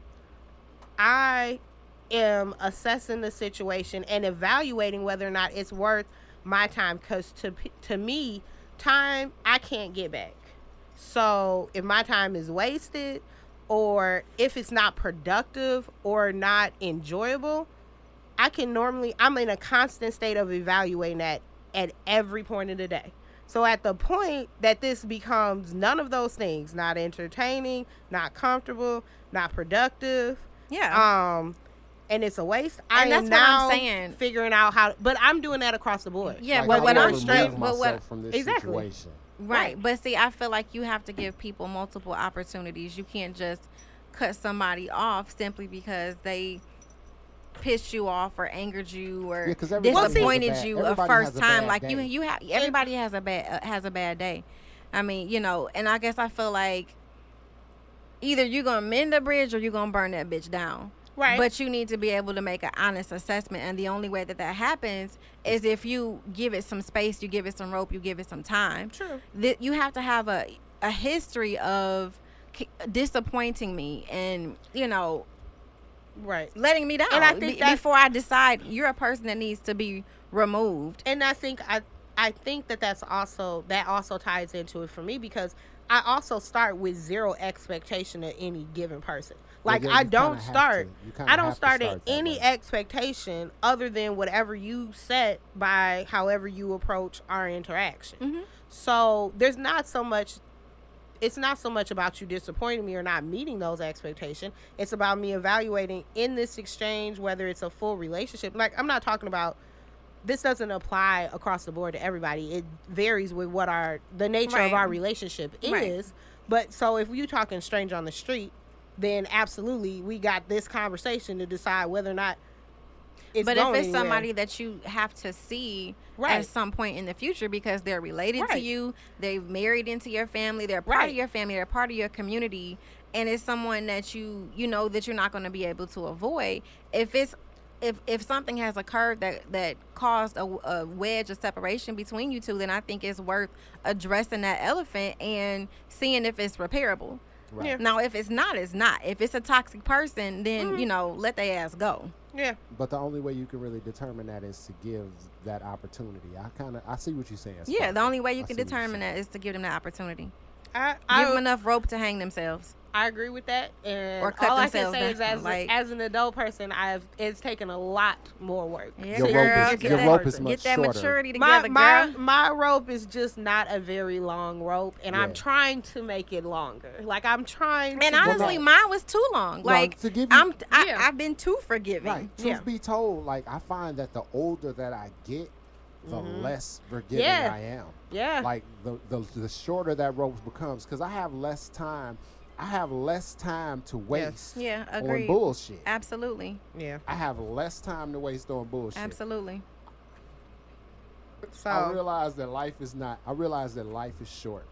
I am assessing the situation and evaluating whether or not it's worth my time because to p- to me time i can't get back so if my time is wasted or if it's not productive or not enjoyable i can normally i'm in a constant state of evaluating that at every point of the day so at the point that this becomes none of those things not entertaining not comfortable not productive
yeah.
um and it's a waste i
And
am
that's what I'm
now
saying.
figuring out how but i'm doing that across the board
Yeah,
like,
but
I
what
wanna
I'm
remove
straight- but
myself
what-
from this
Exactly.
situation.
Right.
Right.
But see, I feel like you have to give people multiple opportunities. You can't just cut somebody off simply because they pissed you off or angered you or
Yeah, 'cause everybody has a
disappointed
bad-
you a
everybody
first
has a
time.
bad
Like you,
day.
you have everybody has a bad uh, has a bad day. I mean, you know, and I guess I feel like either you're gonna mend the bridge or you're gonna burn that bitch down.
right
But you need to be able to make an honest assessment. And the only way that that happens is if you give it some space, you give it some rope, you give it some time.
True.
Th- you have to have a, a history of k- disappointing me and, you know,
right
letting me down
And I think
be-
that's-
before I decide you're a person that needs to be removed.
and i think i i think that that's also that also ties into it for me because i also start with zero expectation of any given person
Well,
like
yeah,
i
you kinda
don't
have
start
to. You kinda
i don't
have to
start at
start that
any
way.
expectation other than whatever you set by Mm-hmm. however you approach our interaction
Mhm.
so there's not so much it's not so much about you disappointing me or not meeting those expectations. It's about me evaluating in this exchange whether it's a full relationship. Like I'm not talking about this doesn't apply across the board to everybody. It varies with what our the nature
Right.
of our relationship is.
Right.
But so if you talking stranger on the street, then absolutely we got this conversation to decide whether or not it's
but if
going
it's
anywhere.
somebody that you have to see
Right.
at some point in the future because they're related to
Right.
you, they've married into your family, they're part
Right.
of your family, they're part of your community, and it's someone that you you know that you're not going to be able to avoid. If it's if if something has occurred that that caused a, a wedge of separation between you two, then I think it's worth addressing that elephant and seeing if it's repairable.
Right.
Yeah.
Now, if it's not, it's not. If it's a toxic person, then
Mm-hmm.
you know let their ass go.
yeah.
But the only way you can really determine that is to give that opportunity. I kind of I see what you're saying.
Yeah,
Sparkle.
the only way
I
you can
see what you're
determine
saying.
that is to give them the opportunity.
I,
Give
I,
them enough rope to hang themselves.
I agree with that. And
Or cut
all I can
themselves
say is,
down,
as,
like-
as an adult person, I've it's taken a lot more work.
Yeah,
Your
girl,
rope is,
get
your
that-
rope is
Get
much
that
shorter.
maturity
My
together,
my
girl.
my rope is just not a very long rope, and I'm
Yeah.
trying to make it longer. Like I'm trying.
And
to
honestly, mine was too long.
Well,
Like
to give you,
I'm, I,
Yeah.
I've been too forgiving.
right. Truth
yeah.
be told, like I find that the older that I get, the
Mm-hmm.
Mhm.
less forgiving
Yeah.
I am.
yeah,
Like the, the the shorter that rope becomes, because I have less time. I have less time to waste
Yeah,
on
agreed.
bullshit.
Absolutely,
yeah.
I have less time to waste on bullshit.
absolutely.
So
I realize that life is not. I realize that life is short.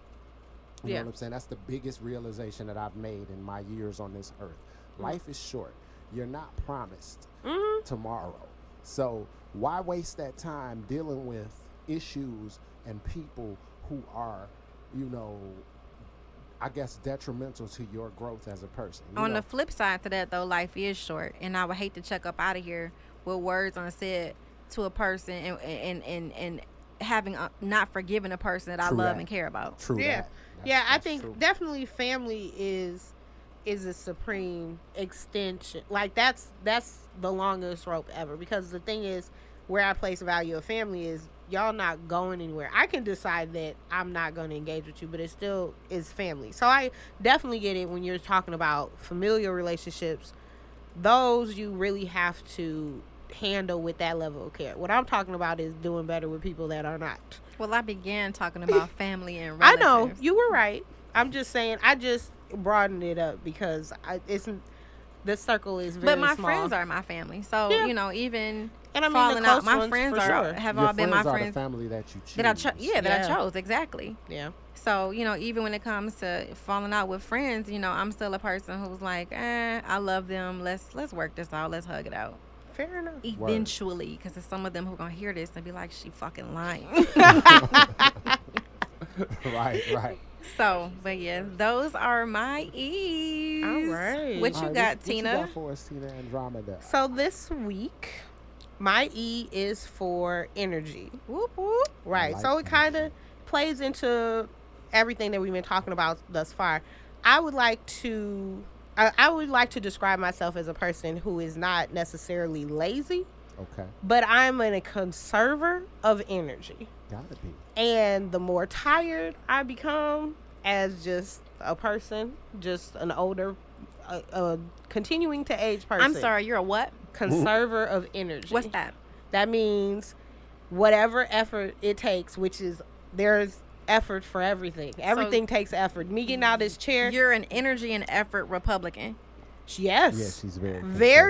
You
Yeah.
know what I'm saying? That's the biggest realization that I've made in my years on this earth.
Mm.
Life is short. You're not promised
mhm,
tomorrow. So why waste that time dealing with issues and people who are, you know, I guess detrimental to your growth as a person. You
On
know?
the flip side to that, though, life is short, and I would hate to check up out of here with words unsaid to a person and and and and having uh, not forgiven a person that I
True
love
that.
and care about.
true
Yeah.
that. That's-
yeah, I
that's
think
true.
definitely family is is a supreme extension. Like that's that's the longest rope ever because the thing is where I place value of family is y'all not going anywhere. I can decide that I'm not going to engage with you, but it still is family. So I definitely get it when you're talking about familial relationships. Those you really have to handle with that level of care. What I'm talking about is doing better with people that are not.
Well, I began talking about family and
I
relatives.
know you were right. I'm just saying. I just broadened it up because I, it's the circle is very
but my
small.
friends are my family. So
Yeah.
you know, even
and I mean
falling
the close
out, my
ones
friends
for
are
sure.
have
Your
all been my
friends are
friends
the family that you choose.
that I chose. Yeah, that
Yeah.
I chose exactly.
yeah,
So you know, even when it comes to falling out with friends, you know, I'm still a person who's like, eh, I love them. Let's let's work this out. Let's hug it out.
fair enough.
Eventually, because there's some of them who gonna hear this and be like, she fucking lying.
right, right.
so, but yeah, those are my e's.
right.
What
All
you
right,
got,
what you
Tina?
got for us, Tina Andromeda?
So this week, my E is for energy.
Whoop whoop.
Right.
like
so it
energy.
kind of plays into everything that we've been talking about thus far. I would like to. I, I would like to describe myself as a person who is not necessarily lazy,
Okay,
but I'm a conserver of energy.
gotta be.
And the more tired I become as just a person, just an older, a, a continuing to age person.
I'm sorry, you're a what?
Conserver of energy.
What's that?
That means whatever effort it takes, which is there's effort for everything. Everything takes effort. Me getting out of this chair.
You're an energy and effort Republican.
Yes.
Yeah, she's very
very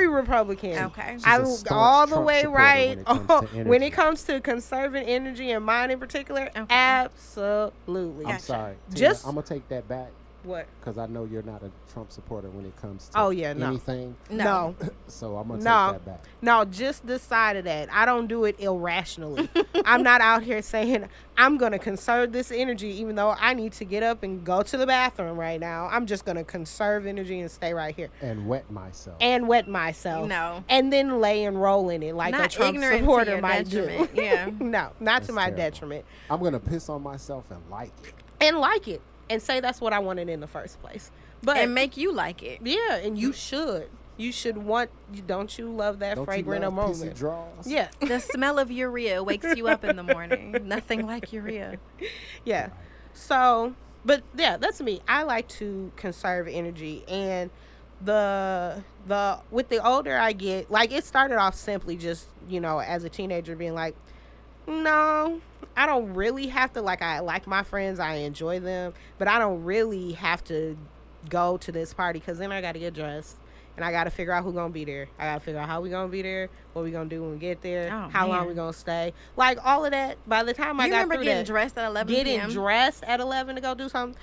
conservative.
Republican.
Okay.
She's a
I'm
staunch
all the
Trump
way
supporter
right
when it
on-
comes to
when it
energy.
comes to conserving energy and mine in particular.
Okay.
Absolutely.
I'm
Gotcha.
sorry. Just
Just-
I'm gonna take that back
What?
because I know you're not a Trump supporter when it comes to
Oh, yeah, no.
anything.
No.
So I'm gonna
No.
take that back.
No, just this side of that. I don't do it irrationally. I'm not out here saying I'm going to conserve this energy, even though I need to get up and go to the bathroom right now. I'm just going to conserve energy and stay right here
And wet myself.
and wet myself.
No.
And then lay and roll in it like a
Not
Trump
ignorant to
supporter
your
might
detriment.
do.
Yeah.
no, not
That's
to my
terrible.
detriment.
I'm gonna piss on myself and like it.
And like it and say that's what I wanted in the first place. But
and make you like it.
yeah, and you should. You should want. you- Don't you love that
Don't
fragrant
you love pissy
moment?
draws?
Yeah,
The smell of
Oh
urea wakes you up in the morning. Nothing like urea.
yeah. So but yeah, that's me. I like to conserve energy and the the with the older I get, like it started off simply just, you know, as a teenager being like, no, I don't really have to like I like my friends, I enjoy them, but I don't really have to go to this party cuz then I got to get dressed. And I gotta figure out who gonna be there. I gotta figure out how we gonna be there, what we gonna do when we get there,
Oh,
how long
man.
we gonna stay. Like all of that. By the time I
you
got
remember
through
getting
that,
dressed at 11
getting
p.m.?
dressed at 11 to go do something.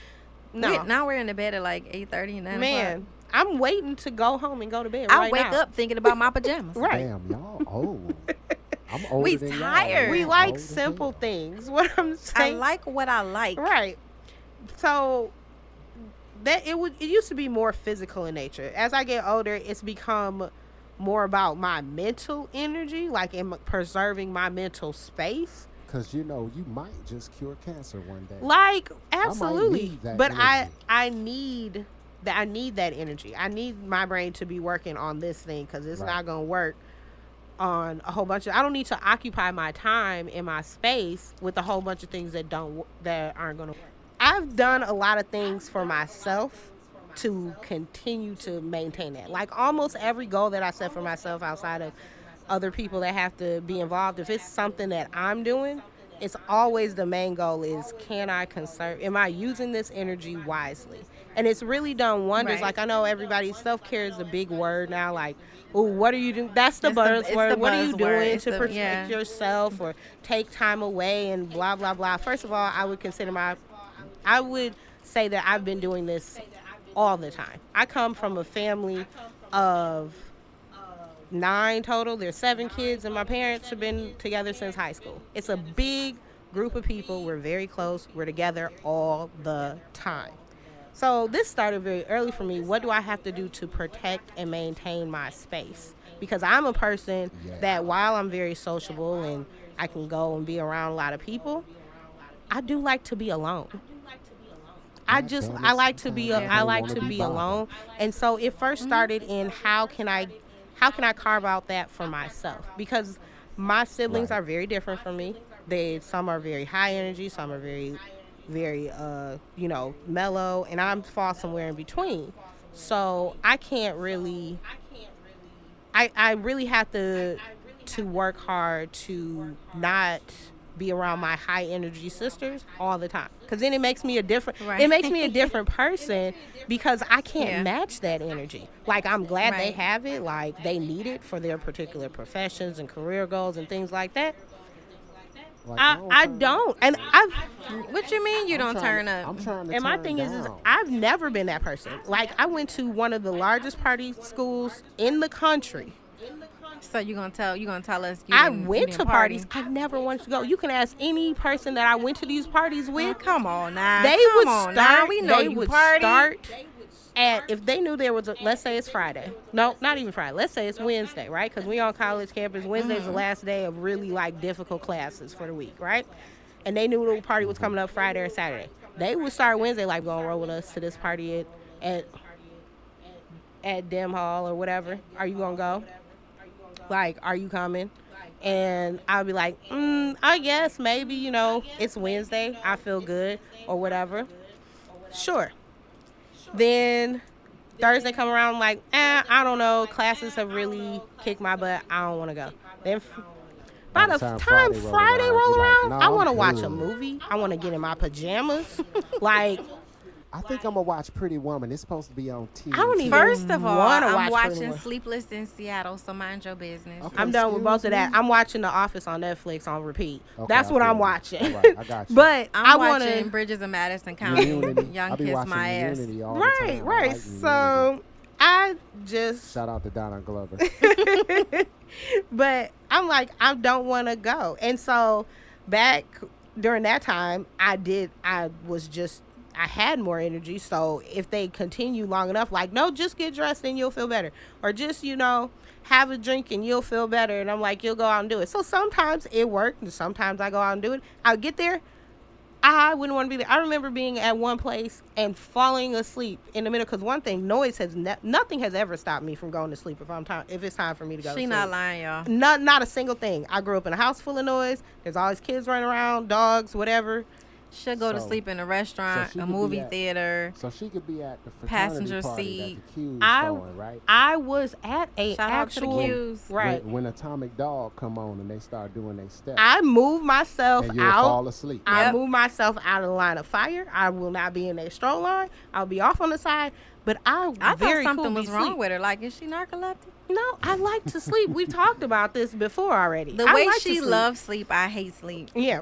No,
We- now we're in the bed at like 8.30 and 9 o'clock.
man, I'm waiting to go home and go to bed.
I
right
wake
now.
up thinking about my pajamas.
Right.
Damn, y'all old. I'm older
We
than y'all.
tired.
Y'all
We
Yeah,
old
like
as
simple
hell.
things. What I'm
I
saying,
like what I like.
right? So that it would it used to be more physical in nature. As I get older, it's become more about my mental energy, like in preserving my mental space.
Cause you know you might just cure cancer one day.
Like absolutely,
need that
but I
energy.
I need that I need that energy. I need my brain to be working on this thing because it's
Right.
not gonna work on a whole bunch of. I don't need to occupy my time and my space with a whole bunch of things that don't wo- that aren't gonna work. I've done a lot of things for myself to continue to maintain that. Like almost every goal that I set for myself outside of other people that have to be involved, if it's something that I'm doing, it's always the main goal is can I conserve am I using this energy wisely? And it's really done wonders.
Right.
Like I know everybody self care is a big word now, like, oh, what are you doing? That's the
It's the-
buzzword.
it's the
what are you
buzzword.
doing
It's
to
the-
protect
yeah.
yourself or take time away and blah blah blah. First of all, I would consider my I would say that I've been doing this all the time. I come from a family of nine total. There's seven kids, and my parents have been together since high school. It's a big group of people. We're very close. We're together all the time. So this started very early for me. What do I have to do to protect and maintain my space? Because I'm a person
Yeah.
that while I'm very sociable and I can go and be around a lot of people, I do like to be alone. I
God
just
damn it,
I like to be
sometimes
I
I
like
wanna
to
be
be
bothered.
alone. And so it first started in how can I how can I carve out that for myself? Because my siblings
Right.
are very different from me. They some are very high energy, some are very very uh, you know, mellow and I'm fall somewhere in between. So I can't really I, I really have to to work hard to not be around my high energy sisters all the time because then it makes me a different
Right.
it makes me a different person because i can't
Yeah.
match that energy like i'm glad they
Right.
have it like they need it for their particular professions and career goals and things like that
Like,
i,
y'all
I
turn-
don't and i've
Mm, What you mean you
I'm
don't
trying
turn
to-
up?
I'm trying to
and my
turn
thing is, is
down.
I've never been that person. Like I went to one of the largest party schools in the country.
so you gonna tell you gonna tell us? You
I
didn't- you
went
didn't
to
party?
parties. I never wanted to go. You can ask any person that I went to these parties
Well,
with.
come on now.
They
come
would
on
start.
Now. We know
they
you
would
party.
start at if they knew there was a. Let's say it's Friday. No, not even Friday. Let's say it's Wednesday, right? Because we on college campus. Wednesday's
Mm-hmm.
the last day of really like difficult classes for the week, right? And they knew the party was coming up Friday or Saturday. They would start Wednesday, like going roll with us to this party at at at Dem Hall or whatever. Are you gonna go? Like, are you coming? And I'll be like, mm, I guess maybe you know it's Wednesday. I feel good or whatever. Sure. Then Thursday come around, I'm like, eh, I don't know. Classes have really kicked my butt. I don't want to go. Then f- by the time Friday, roll around, I want to watch a movie. I want to get in my pajamas. like,
I think I'm gonna watch Pretty Woman. It's supposed to be on TV.
I don't even
First of all,
wanna
I'm
watch
watching
Pretty Woman.
Sleepless in Seattle, so mind your business.
Okay.
I'm done with both of that.
Excuse me?
I'm watching The Office on Netflix on repeat.
Okay,
That's
I
what
feel
I'm
you.
watching.
All right, I got you.
but
I'm
I want
watching
to.
Bridges of Madison County.
Unity.
Young
I be
kiss
watching
my ass.
Unity all the time. I
Right, right.
like Unity.
so I just,
shout out to Donna Glover.
but I'm like, I don't want to go. And so back during that time, I did, I was just, I had more energy. So if they continue long enough, like, no, just get dressed and you'll feel better. Or just, you know, have a drink and you'll feel better. And I'm like, you'll go out and do it. So sometimes it worked and sometimes I go out and do it. I'll get there. I wouldn't want to be there. I remember being at one place and falling asleep in the middle because one thing, noise has ne- nothing has ever stopped me from going to sleep if I'm time if it's time for me to go. to
She
sleep.
not lying, y'all.
Not not a single thing. I grew up in a house full of noise. There's always kids running around, dogs, whatever.
She'll go to
So-
sleep in a restaurant,
she
a
could be
movie
at-
theater.
So she could be at the fraternity
Passenger
party
seat.
that the Q's
I-
going, right?
I was at a
Shout out to the
actual
Q's.
right.
When, when Atomic Dog come on and they start doing their steps,
I moved myself
and you'll
out.
fall asleep.
I
Yep.
moved myself out of the line of fire. I will not be in a stroll line. I'll be off on the side. But I,
I thought
very
something
cool
was wrong with her. Like, is she narcoleptic?
No, I like to sleep. We've talked about this before already.
The
I
way
like to
she
sleep.
loves sleep, I hate sleep.
Yeah,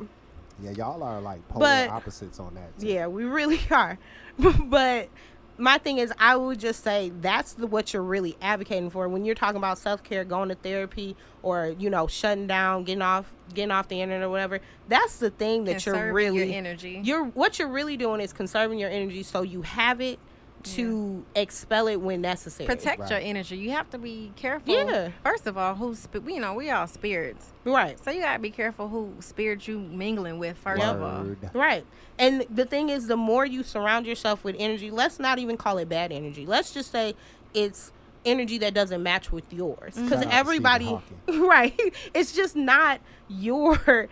Yeah, y'all are like polar
But-
opposites on that. too.
yeah, we really are. but my thing is, I would just say that's the, what you're really advocating for when you're talking about self care, going to therapy, or you know, shutting down, getting off, getting off the internet or whatever. That's the thing that you're
Conserving
really
your energy.
you're what you're really doing is conserving your energy so you have it to expel it when necessary.
Protect your
Right.
energy. You have to be careful.
Yeah.
First of all, who's sp- we you know we all spirits,
right.
so you gotta be careful who spirit you mingling with. First of all,
Word.
Right. And the thing is, the more you surround yourself with energy, let's not even call it bad energy. Let's just say it's energy that doesn't match with yours.
Mm-hmm. Shout out
Because
to Stephen
everybody,
Hawking.
right, it's just not your,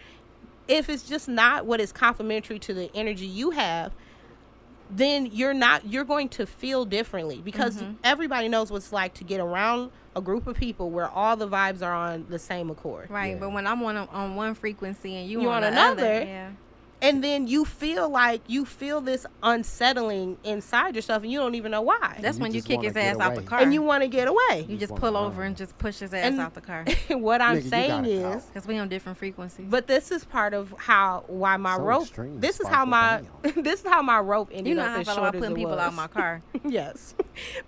if it's just not what is complementary to the energy you have, then you're not, you're going to feel differently because
Mm-hmm.
everybody knows what it's like to get around a group of people where all the vibes are on the same accord.
right?
Yeah.
But when I'm on a, on one frequency and you,
You
on,
on
another,
another,
yeah,
and then you feel like you feel this unsettling inside yourself and you don't even know why
that's
you
when you
just
kick
wanna
his
get
ass out the
away.
car.
and you want to get away
you just
wanna
pull
run.
over and just push his ass
And-
out the car
what i'm
Nigga, you
saying
gotta
is
go.
because we on different frequencies.
but this is part of how why my
So
rope
extreme,
this is how my
Sparkle,
this is how my rope ended
you know
up
how I
as
feel
short
about
as
putting
it
people
was.
out my car.
yes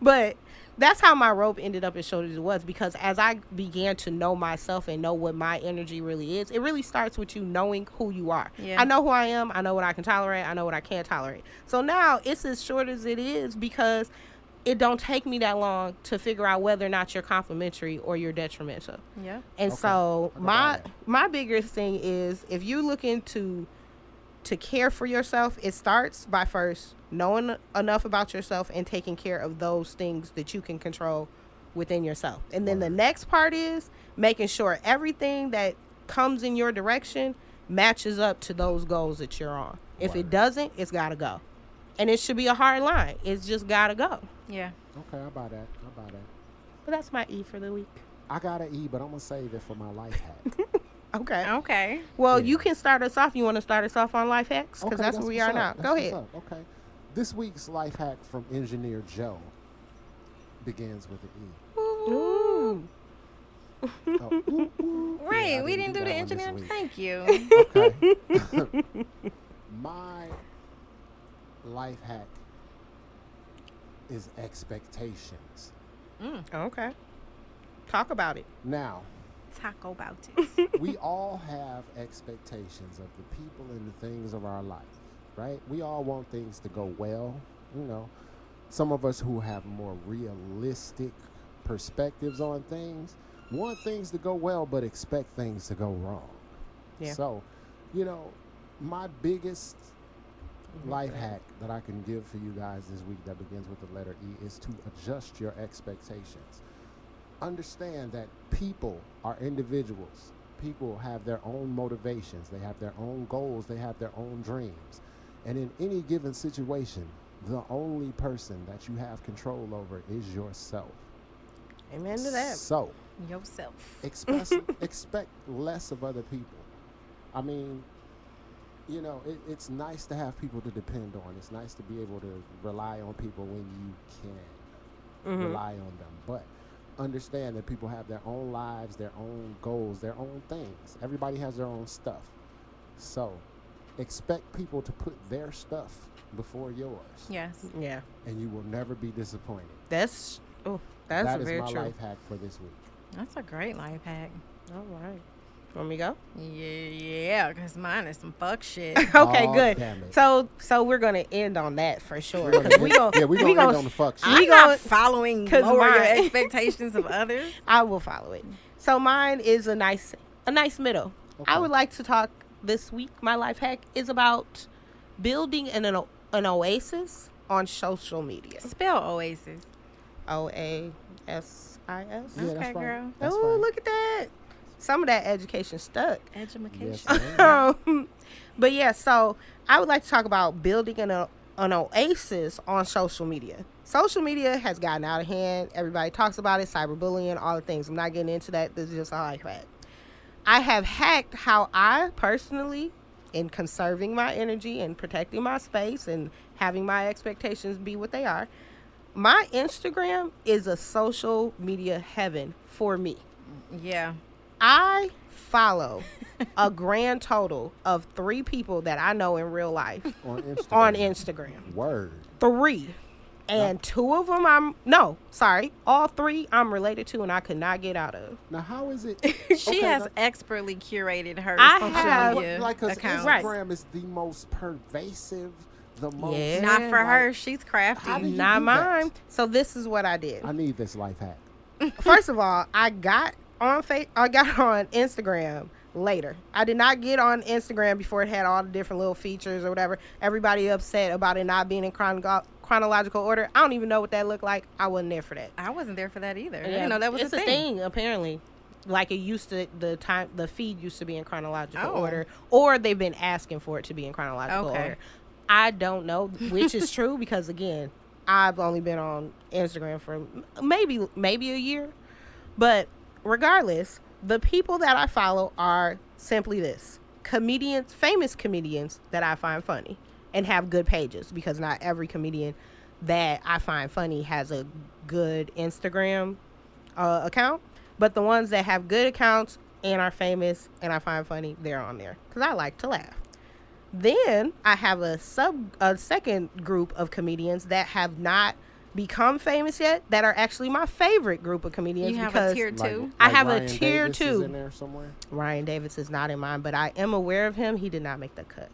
but that's how my rope ended up as short as it was because as i began to know myself and know what my energy really is it really starts with you knowing who you are
Yeah.
i know who i am i know what i can tolerate i know what i can't tolerate so now it's as short as it is because it don't take me that long to figure out whether or not you're complimentary or you're detrimental
Yeah,
and
Okay.
so
I can buy
my
that.
my biggest thing is if you looking to to care for yourself, it starts by first knowing enough about yourself and taking care of those things that you can control within yourself. And then the
Word.
next part is making sure everything that comes in your direction matches up to those goals that you're on. If
Word.
it doesn't, it's got to go. And it should be a hard line. It's just got to go.
yeah.
Okay, I buy that. I buy that.
But that's my E for the week.
I got an E, but I'm gonna save it for my life hack.
Okay.
Okay,
Well,
Yeah.
you can start us off. You want to start us off on life hacks because
Okay,
that's, what we
what's
are now.
up.
Go
That's
ahead.
what's up. Okay. This week's life hack from engineer Joe begins with an E. Oh,
Ooh.
ooh, ooh. Yeah, I
right. we didn't do the
that one this
engineering.
week.
Thank you.
Okay. My life hack is expectations.
Okay. Talk about it.
Now,
Talk about it.
we all have expectations of the people and the things of our life, right? We all want things to go well, you know. Some of us who have more realistic perspectives on things want things to go well but expect things to go wrong.
Yeah.
So, you know, my biggest life hack that I can give for you guys this week that begins with the letter E is to adjust your expectations. Understand that people are individuals. People have their own motivations, they have their own goals, they have their own dreams. And in any given situation, the only person that you have control over is yourself.
Amen to that.
So,
Yourself.
express expect less of other people. I mean, you know, it, it's nice to have people to depend on. It's nice to be able to rely on people when you can
Mhm.
rely on them. But understand that people have their own lives, their own goals, their own things. Everybody has their own stuff. So expect people to put their stuff before yours,
Yes.
Yeah.
and you will never be disappointed.
That's oh, that's
That is
very
my
true.
life hack for this week.
That's a great life hack.
All right. Want me to go?
Yeah, yeah, because mine is some fuck shit.
okay,
Aw,
good.
Damn it.
So so we're gonna end on that for sure.
We're
'cause
gonna-
we gonna,
yeah, we're
we
gonna end
gonna-
on the fuck shit.
I'm
gonna-
not following
'cause
lower your
mine-
expectations of others.
I will follow it. So mine is a nice a nice middle. I
Okay.
would like to talk this week. My life hack is about building an an, o- an oasis on social media.
Spell Oasis.
O A S I S.
Yeah,
Okay,
that's right.
girl.
That's
Oh,
right.
look at that. Some of that education stuck.
Education.
Yes, ma'am.
Um, But yeah, so I would like to talk about building an, o- an oasis on social media. Social media has gotten out of hand. Everybody talks about it, cyberbullying, all the things. I'm not getting into that. This is just a life hack. I have hacked how I personally, in conserving my energy and protecting my space and having my expectations be what they are, my Instagram is a social media heaven for me.
Yeah.
I follow a grand total of three people that I know in real life
on Instagram.
on Instagram.
Word.
Three. And two of them I'm, no, sorry, all three I'm related to and I could not get out of.
Now, how is it?
She
Okay,
has
like-
expertely curated her
I
social
have-
media
like 'cause
account.
Right.
Instagram is the most pervasive, the most.
Yeah.
Not for
like,
her. She's crafty.
How do you
Not
do that?
mine. So this is what I did.
I need this life hack.
First of all, I got on fa- I got on Instagram later. I did not get on Instagram before it had all the different little features or whatever. Everybody upset about it not being in chrono- chronological order. I don't even know what that looked like. I wasn't there for that.
I wasn't there for that either.
Yeah,
You know, that was
it's
a thing.
apparently. Like it used to, the time the feed used to be in chronological
Oh.
order, or they've been asking for it to be in chronological
Okay.
order. I don't know which is true because again, I've only been on Instagram for m- maybe maybe a year, but regardless, the people that I follow are simply this comedians, famous comedians that I find funny and have good pages because not every comedian that I find funny has a good Instagram uh, account. But the ones that have good accounts and are famous and I find funny, they're on there because I like to laugh. Then I have a sub a second group of comedians that have not become famous yet that are actually my favorite group of comedians
You have
because
a tier
Like-
two.
I
like
have a
Ryan
tier
Davis is
two.
in there somewhere.
Ryan Davis is not in mine, but I am aware of him. He did not make the cut.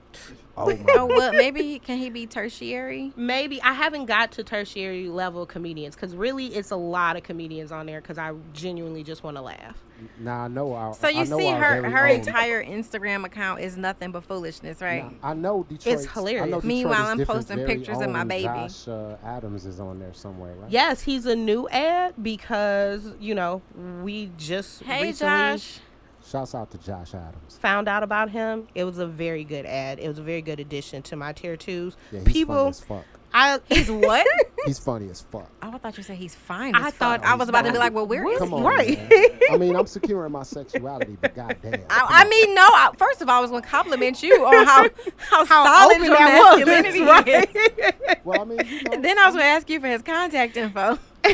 Oh my!
oh, well, maybe he, can he be tertiary?
Maybe I haven't got to tertiary level comedians because really it's a lot of comedians on there because I genuinely just want to laugh.
Now I know. Our,
So you
I know
see,
our
her
very
her
own-
entire Instagram account is nothing but foolishness, right?
Now, I know Detroit. I know
hilarious.
Detroit's
Meanwhile, I'm
different
posting
very
pictures of my
own
baby.
Josh uh, Adams is on there somewhere, right?
Yes, he's a new ad because you know we just
Hey,
recently
Josh.
Shouts out to Josh Adams.
found out about him. It was a very good ad. It was a very good addition to my tier twos.
Yeah, he's funny
People,
as fuck.
I
He's what?
He's funny as fuck.
oh, I thought you said he's fine.
I
I thought
thought-
I was about to be like, well, where is
Come
he?
on,
Right.
man. I mean, I'm securing my sexuality, but goddamn. come
I, I
on.
mean, no. I, first of all, I was going to compliment you on how how,
how
solid
open
your
that was,
masculinity is.
right?
well, I mean, you know,
Then I was going to ask you for his contact info.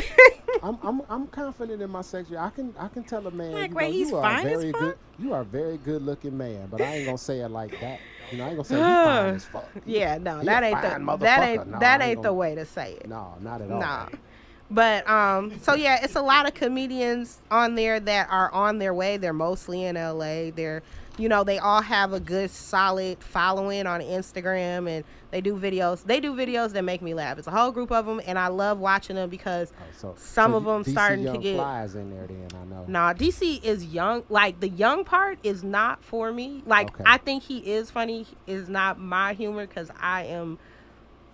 I'm, I'm I'm confident in my sexuality. I can I can tell a man.
Like,
you
wait,
know,
he's
you are
fine as
very
fuck?
good. You are a very good looking man, but I ain't gonna say it like that. You know, I ain't gonna say you fine as fuck.
yeah, no,
He a
that ain't
fine
the that
motherfucker.
ain't
No,
that
I ain't
ain't the
gonna-
way to say it.
No, not at all.
Nah. But um, so yeah, it's a lot of comedians on there that are on their way. They're mostly in LA. They're, you know, they all have a good solid following on Instagram, and they do videos. They do videos that make me laugh. It's a whole group of them, and I love watching them because
Oh, so
Some
so
of
you-
'em
DC
starting to
Young
get-
flies in there. Then I know.
Nah, DC is young. Like the young part is not for me. Like
Okay.
I think he is funny. Is not my humor because I am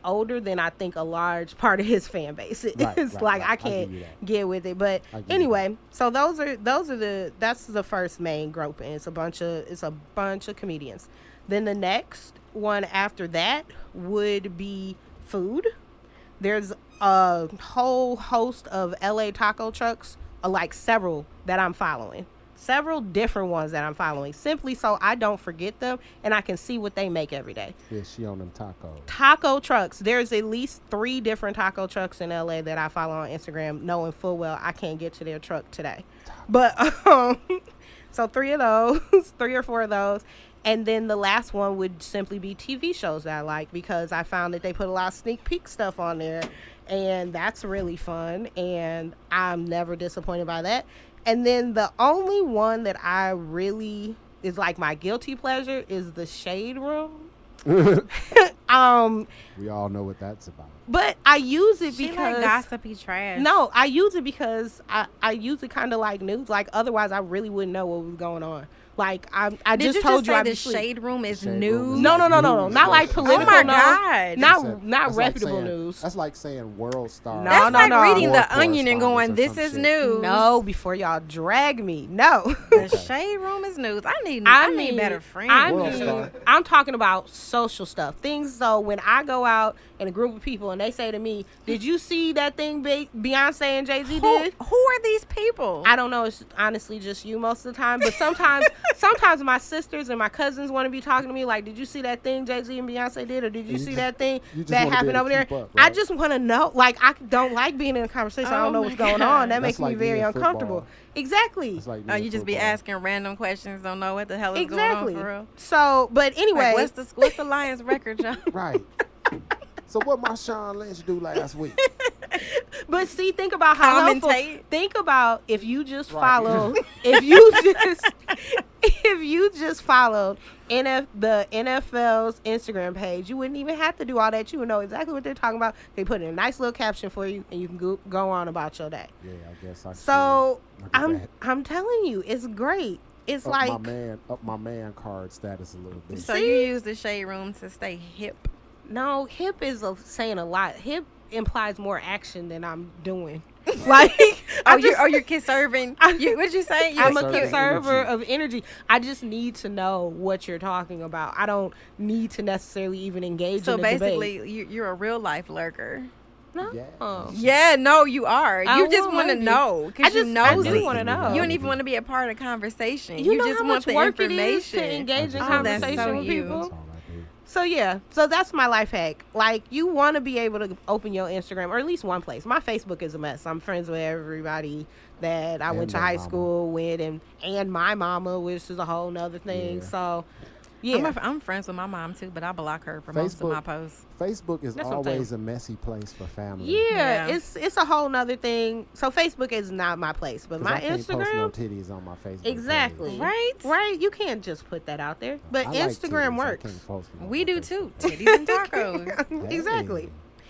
older than I think a large part of his fan base is.
Right, right,
like
right.
I
I give
can't
you that.
get with it. But
I give you
anyway, so those are those are the that's the first main group, and it's a bunch of it's a bunch of comedians. Then the next one after that would be food. There's a whole host of LA taco trucks, uh, like several that I'm following. Several different ones that I'm following simply so I don't forget them and I can see what they make every day
Yeah, she on them tacos.
taco trucks. There's at least three different taco trucks in LA that I follow on Instagram, knowing full well I can't get to their truck today. But um, so three of those, three or four of those. And then the last one would simply be TV shows that I like because I found that they put a lot of sneak peek stuff on there. And that's really fun. And I'm never disappointed by that. And then the only one that I really is like my guilty pleasure is the Shade Room. um,
We all know what that's about.
But I use it
She
because
like gossipy trash.
no, I use it because I, I use it kind of like news. Like otherwise, I really wouldn't know what was going on. Like I I
Did
just
you
told
just
you
say
I
the
be sleep.
shade room is
Shade room
news?
is
No, no, no, no, no.
News,
Not like
yes.
Oh
political.
my
no.
god.
Not-
That's like
not reputable
saying,
news.
That's like saying world star.
No,
That's
no,
like
no.
reading
War
the Onion and going,
correspondence or
"This
some
is
shit.
news."
No, before y'all drag me. No.
the shade room is news. I need. I, need, better friends.
I
World
need-
star.
I'm talking about social stuff. Things so when I go out in a group of people and they say to me, "Did you see that thing Be- Beyonce and Jay Z
who,
did?"
who are these people?
I don't know. It's honestly just you most of the time. But sometimes, sometimes my sisters and my cousins want to be talking to me like, "Did you see that thing Jay Z and Beyonce did, or did you
You
see
just-
that thing
you just wanna
that
be
happened
able
over
to
there?"
keep up,
I
right?
just want to know. Like, I don't like being in a conversation. I
Oh
don't know
my
what's going
God.
on. That
That's
makes me
like me
very
in football.
uncomfortable. Exactly.
It's like
Oh,
me
you
in
just be
football.
asking random questions. Don't know what the hell is
Exactly.
going on for real.
So, but
Like,
anyway,
what's the what's the Lions record, y'all?
Right. so what Marshawn Lynch do last week?
but see, think about how helpful.
Commentate.
Think about if you just
Right.
follow, if you just, if you just followed NF the NFL's Instagram page, you wouldn't even have to do all that. You would know exactly what they're talking about. They put in a nice little caption for you, and you can go, go on about your day.
Yeah, I guess I
So
should. Look at
I'm
that.
I'm telling you, it's great. It's
up
like
my man up my man card status a little bit.
So you use the shade room to stay hip.
No, hip is a, saying a lot. Hip implies more action than I'm doing. Like,
Oh,
I'm
you
just,
are you conserving? you, what'd you say? You,
I'm a
Conserving
conserver
energy.
of energy. I just need to know what you're talking about. I don't need to necessarily even engage.
so
in the debate.
basically, you, you're a real life lurker. Oh,
no.
Yeah.
Yeah, no, you are.
I
you just
won't
want to
maybe.
know
I
because you
just I
nosy.
do want to know.
You don't even want to be a part of the conversation.
You,
You,
know
just
how
want
much
the
work it is to
information.
engage in
Oh, that's
conversation
so
with
you.
people.
That's all I do.
So yeah, so that's my life hack. Like you want to be able to open your Instagram or at least one place. My Facebook is a mess. I'm friends with everybody that I went
And
to
their
high
mama.
school with, and and my mama, which is a whole nother thing.
Yeah.
So yeah,
I'm, a, I'm friends with my mom too, but I block her for most of
Facebook.
my posts.
Facebook is
That's what I'm
always a messy place for family.
yeah,
Yeah.
it's it's a whole nother thing. So Facebook is not my place, but
'Cause
my
I can't post no
Instagram,
titties on my Facebook. page.
Exactly.
Right?
right? You can't just put that out there. But
I like
Instagram
titties, I
works.
can't post them on
We
my
do
Facebook
too.
page.
Titties and tacos.
exactly.
Hey.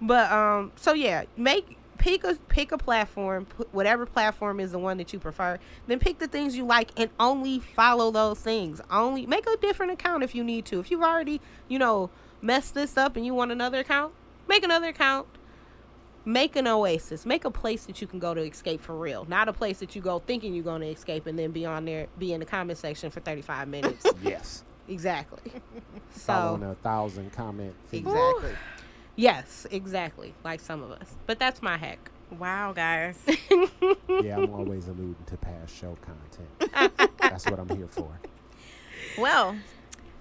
But um, so yeah, make pick a pick a platform, p- whatever platform is the one that you prefer. Then pick the things you like and only follow those things. Only make a different account if you need to. If you've already you know messed this up and you want another account, make another account. Make an oasis. Make a place that you can go to escape for real, not a place that you go thinking you're going to escape and then be on there, be in the comment section for 35 minutes.
Yes.
exactly. So
Following a thousand comment feed.
Exactly. Yes, exactly. Like some of us. But that's my hack.
Wow, guys.
yeah, I'm always alluding to past show content. That's what I'm here for.
Well,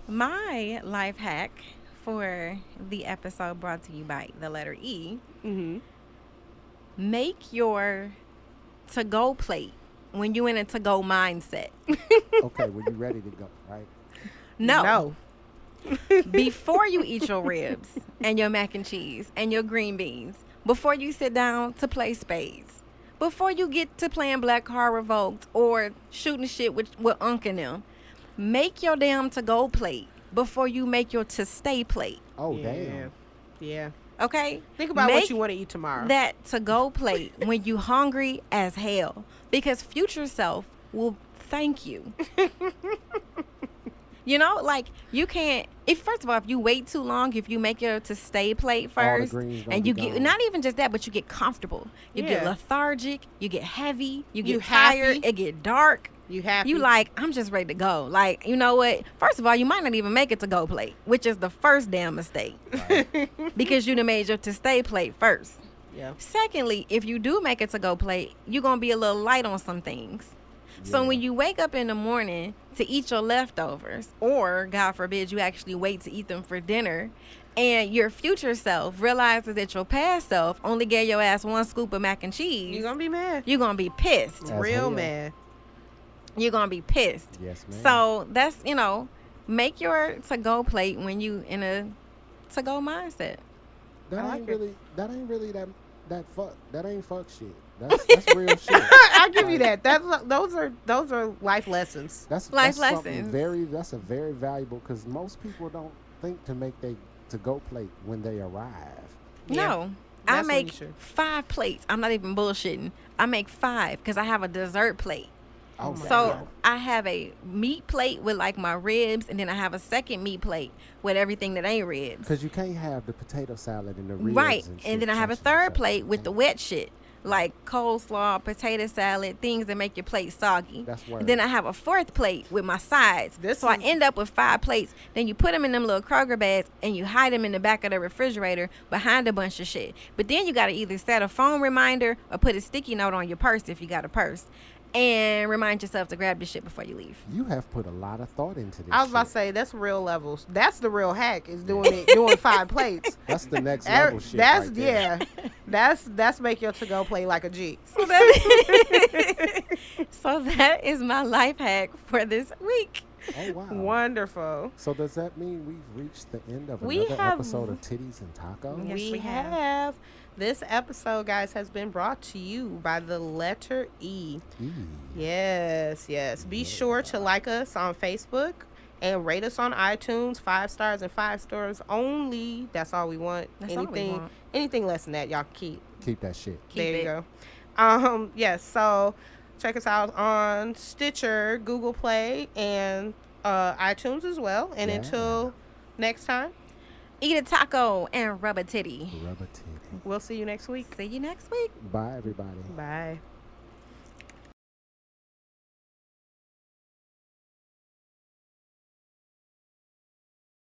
my life hack for the episode brought to you by the letter E
Mm-hmm.
make your to go plate when you in a to go mindset.
Okay, well, you ready to go, right?
No.
No.
before you eat your ribs and your mac and cheese and your green beans, before you sit down to play spades, before you get to playing Black Card Revoked or shooting shit with, with Unc and them, make your damn to go plate before you make your to stay plate.
Oh,
yeah.
damn.
Yeah.
Okay?
Think about
Make
what you want to eat tomorrow.
That to go plate when you hungry as hell. Because future self will thank you. you know, like you can't if first of all, if you wait too long, if you make your to stay plate
All the
first
greens gonna
and
be
you get
gone.
not even just that, but you get comfortable. You get
Yeah.
lethargic, you get heavy, you get
You
tired,
happy.
it get dark.
you happy?
You like, I'm just ready to go. Like, you know what? First of all, you might not even make it to go plate, which is the first damn mistake because you done made your to stay plate first.
Yeah.
Secondly, if you do make it to go plate, you're gonna be a little light on some things. So
Yeah.
when you wake up in the morning to eat your leftovers, or God forbid you actually wait to eat them for dinner, and your future self realizes that your past self only gave your ass one scoop of mac and cheese,
You're going to be mad.
you're gonna be pissed.
As
Real
hell.
mad.
You're gonna be pissed.
Yes, ma'am.
So that's you know, make your to go plate when you in a to go mindset.
That
I
ain't
like it.
really. That ain't really that. That fuck. That ain't fuck shit. That's that's real shit.
I'll give you that. That's those are those are life lessons.
That's that's
Life
something
lessons.
Very. That's a very valuable because most people don't think to make they to go plate when they arrive.
Yeah.
No. I
That's when
make
you should.
five plates. I'm not even bullshitting. I make five because I have a dessert plate.
Oh, my
So
God.
I have a meat plate with like my ribs, and then I have a second meat plate with everything that ain't ribs.
Because you can't have the potato salad and the ribs.
Right.
And,
And,
shit
then I have a
touching each
third
other.
plate with the wet shit, like coleslaw, potato salad, things that make your plate soggy.
That's
And Then
word.
I have a fourth plate with my sides.
This
so I
is-
end up with five plates. Then you put them in them little Kroger bags and you hide them in the back of the refrigerator behind a bunch of shit. But then you got to either set a phone reminder or put a sticky note on your purse if you got a purse and remind yourself to grab this shit before you leave.
You have put a lot of thought into this.
I was about to
shit.
say that's real levels. That's the real hack is doing it, doing five plates.
That's the
er,
next
Every-
level shit.
that's
right there.
yeah. That's that's make your to go play like a G.
So that, so that is my life hack for this week.
Oh wow.
Wonderful.
So does that mean we've reached the end of
We
another
have-
episode of Titties and Tacos?
Yes,
we,
we
have.
have.
this episode, guys, has been brought to you by the letter E.
Eee.
Yes, yes. Be sure to like us on Facebook and rate us on iTunes. Five stars and five stars only. That's all we want.
That's all we
anything,
want.
anything less than that, y'all keep.
Keep that shit.
Keep
there
it.
you go. Um, yes. So check us out on Stitcher, Google Play, and uh, iTunes as well. And
Yeah.
until next time,
Eat a taco and rub a titty.
Rubber titty.
we'll see you next week.
See you next week.
Bye everybody.
Bye.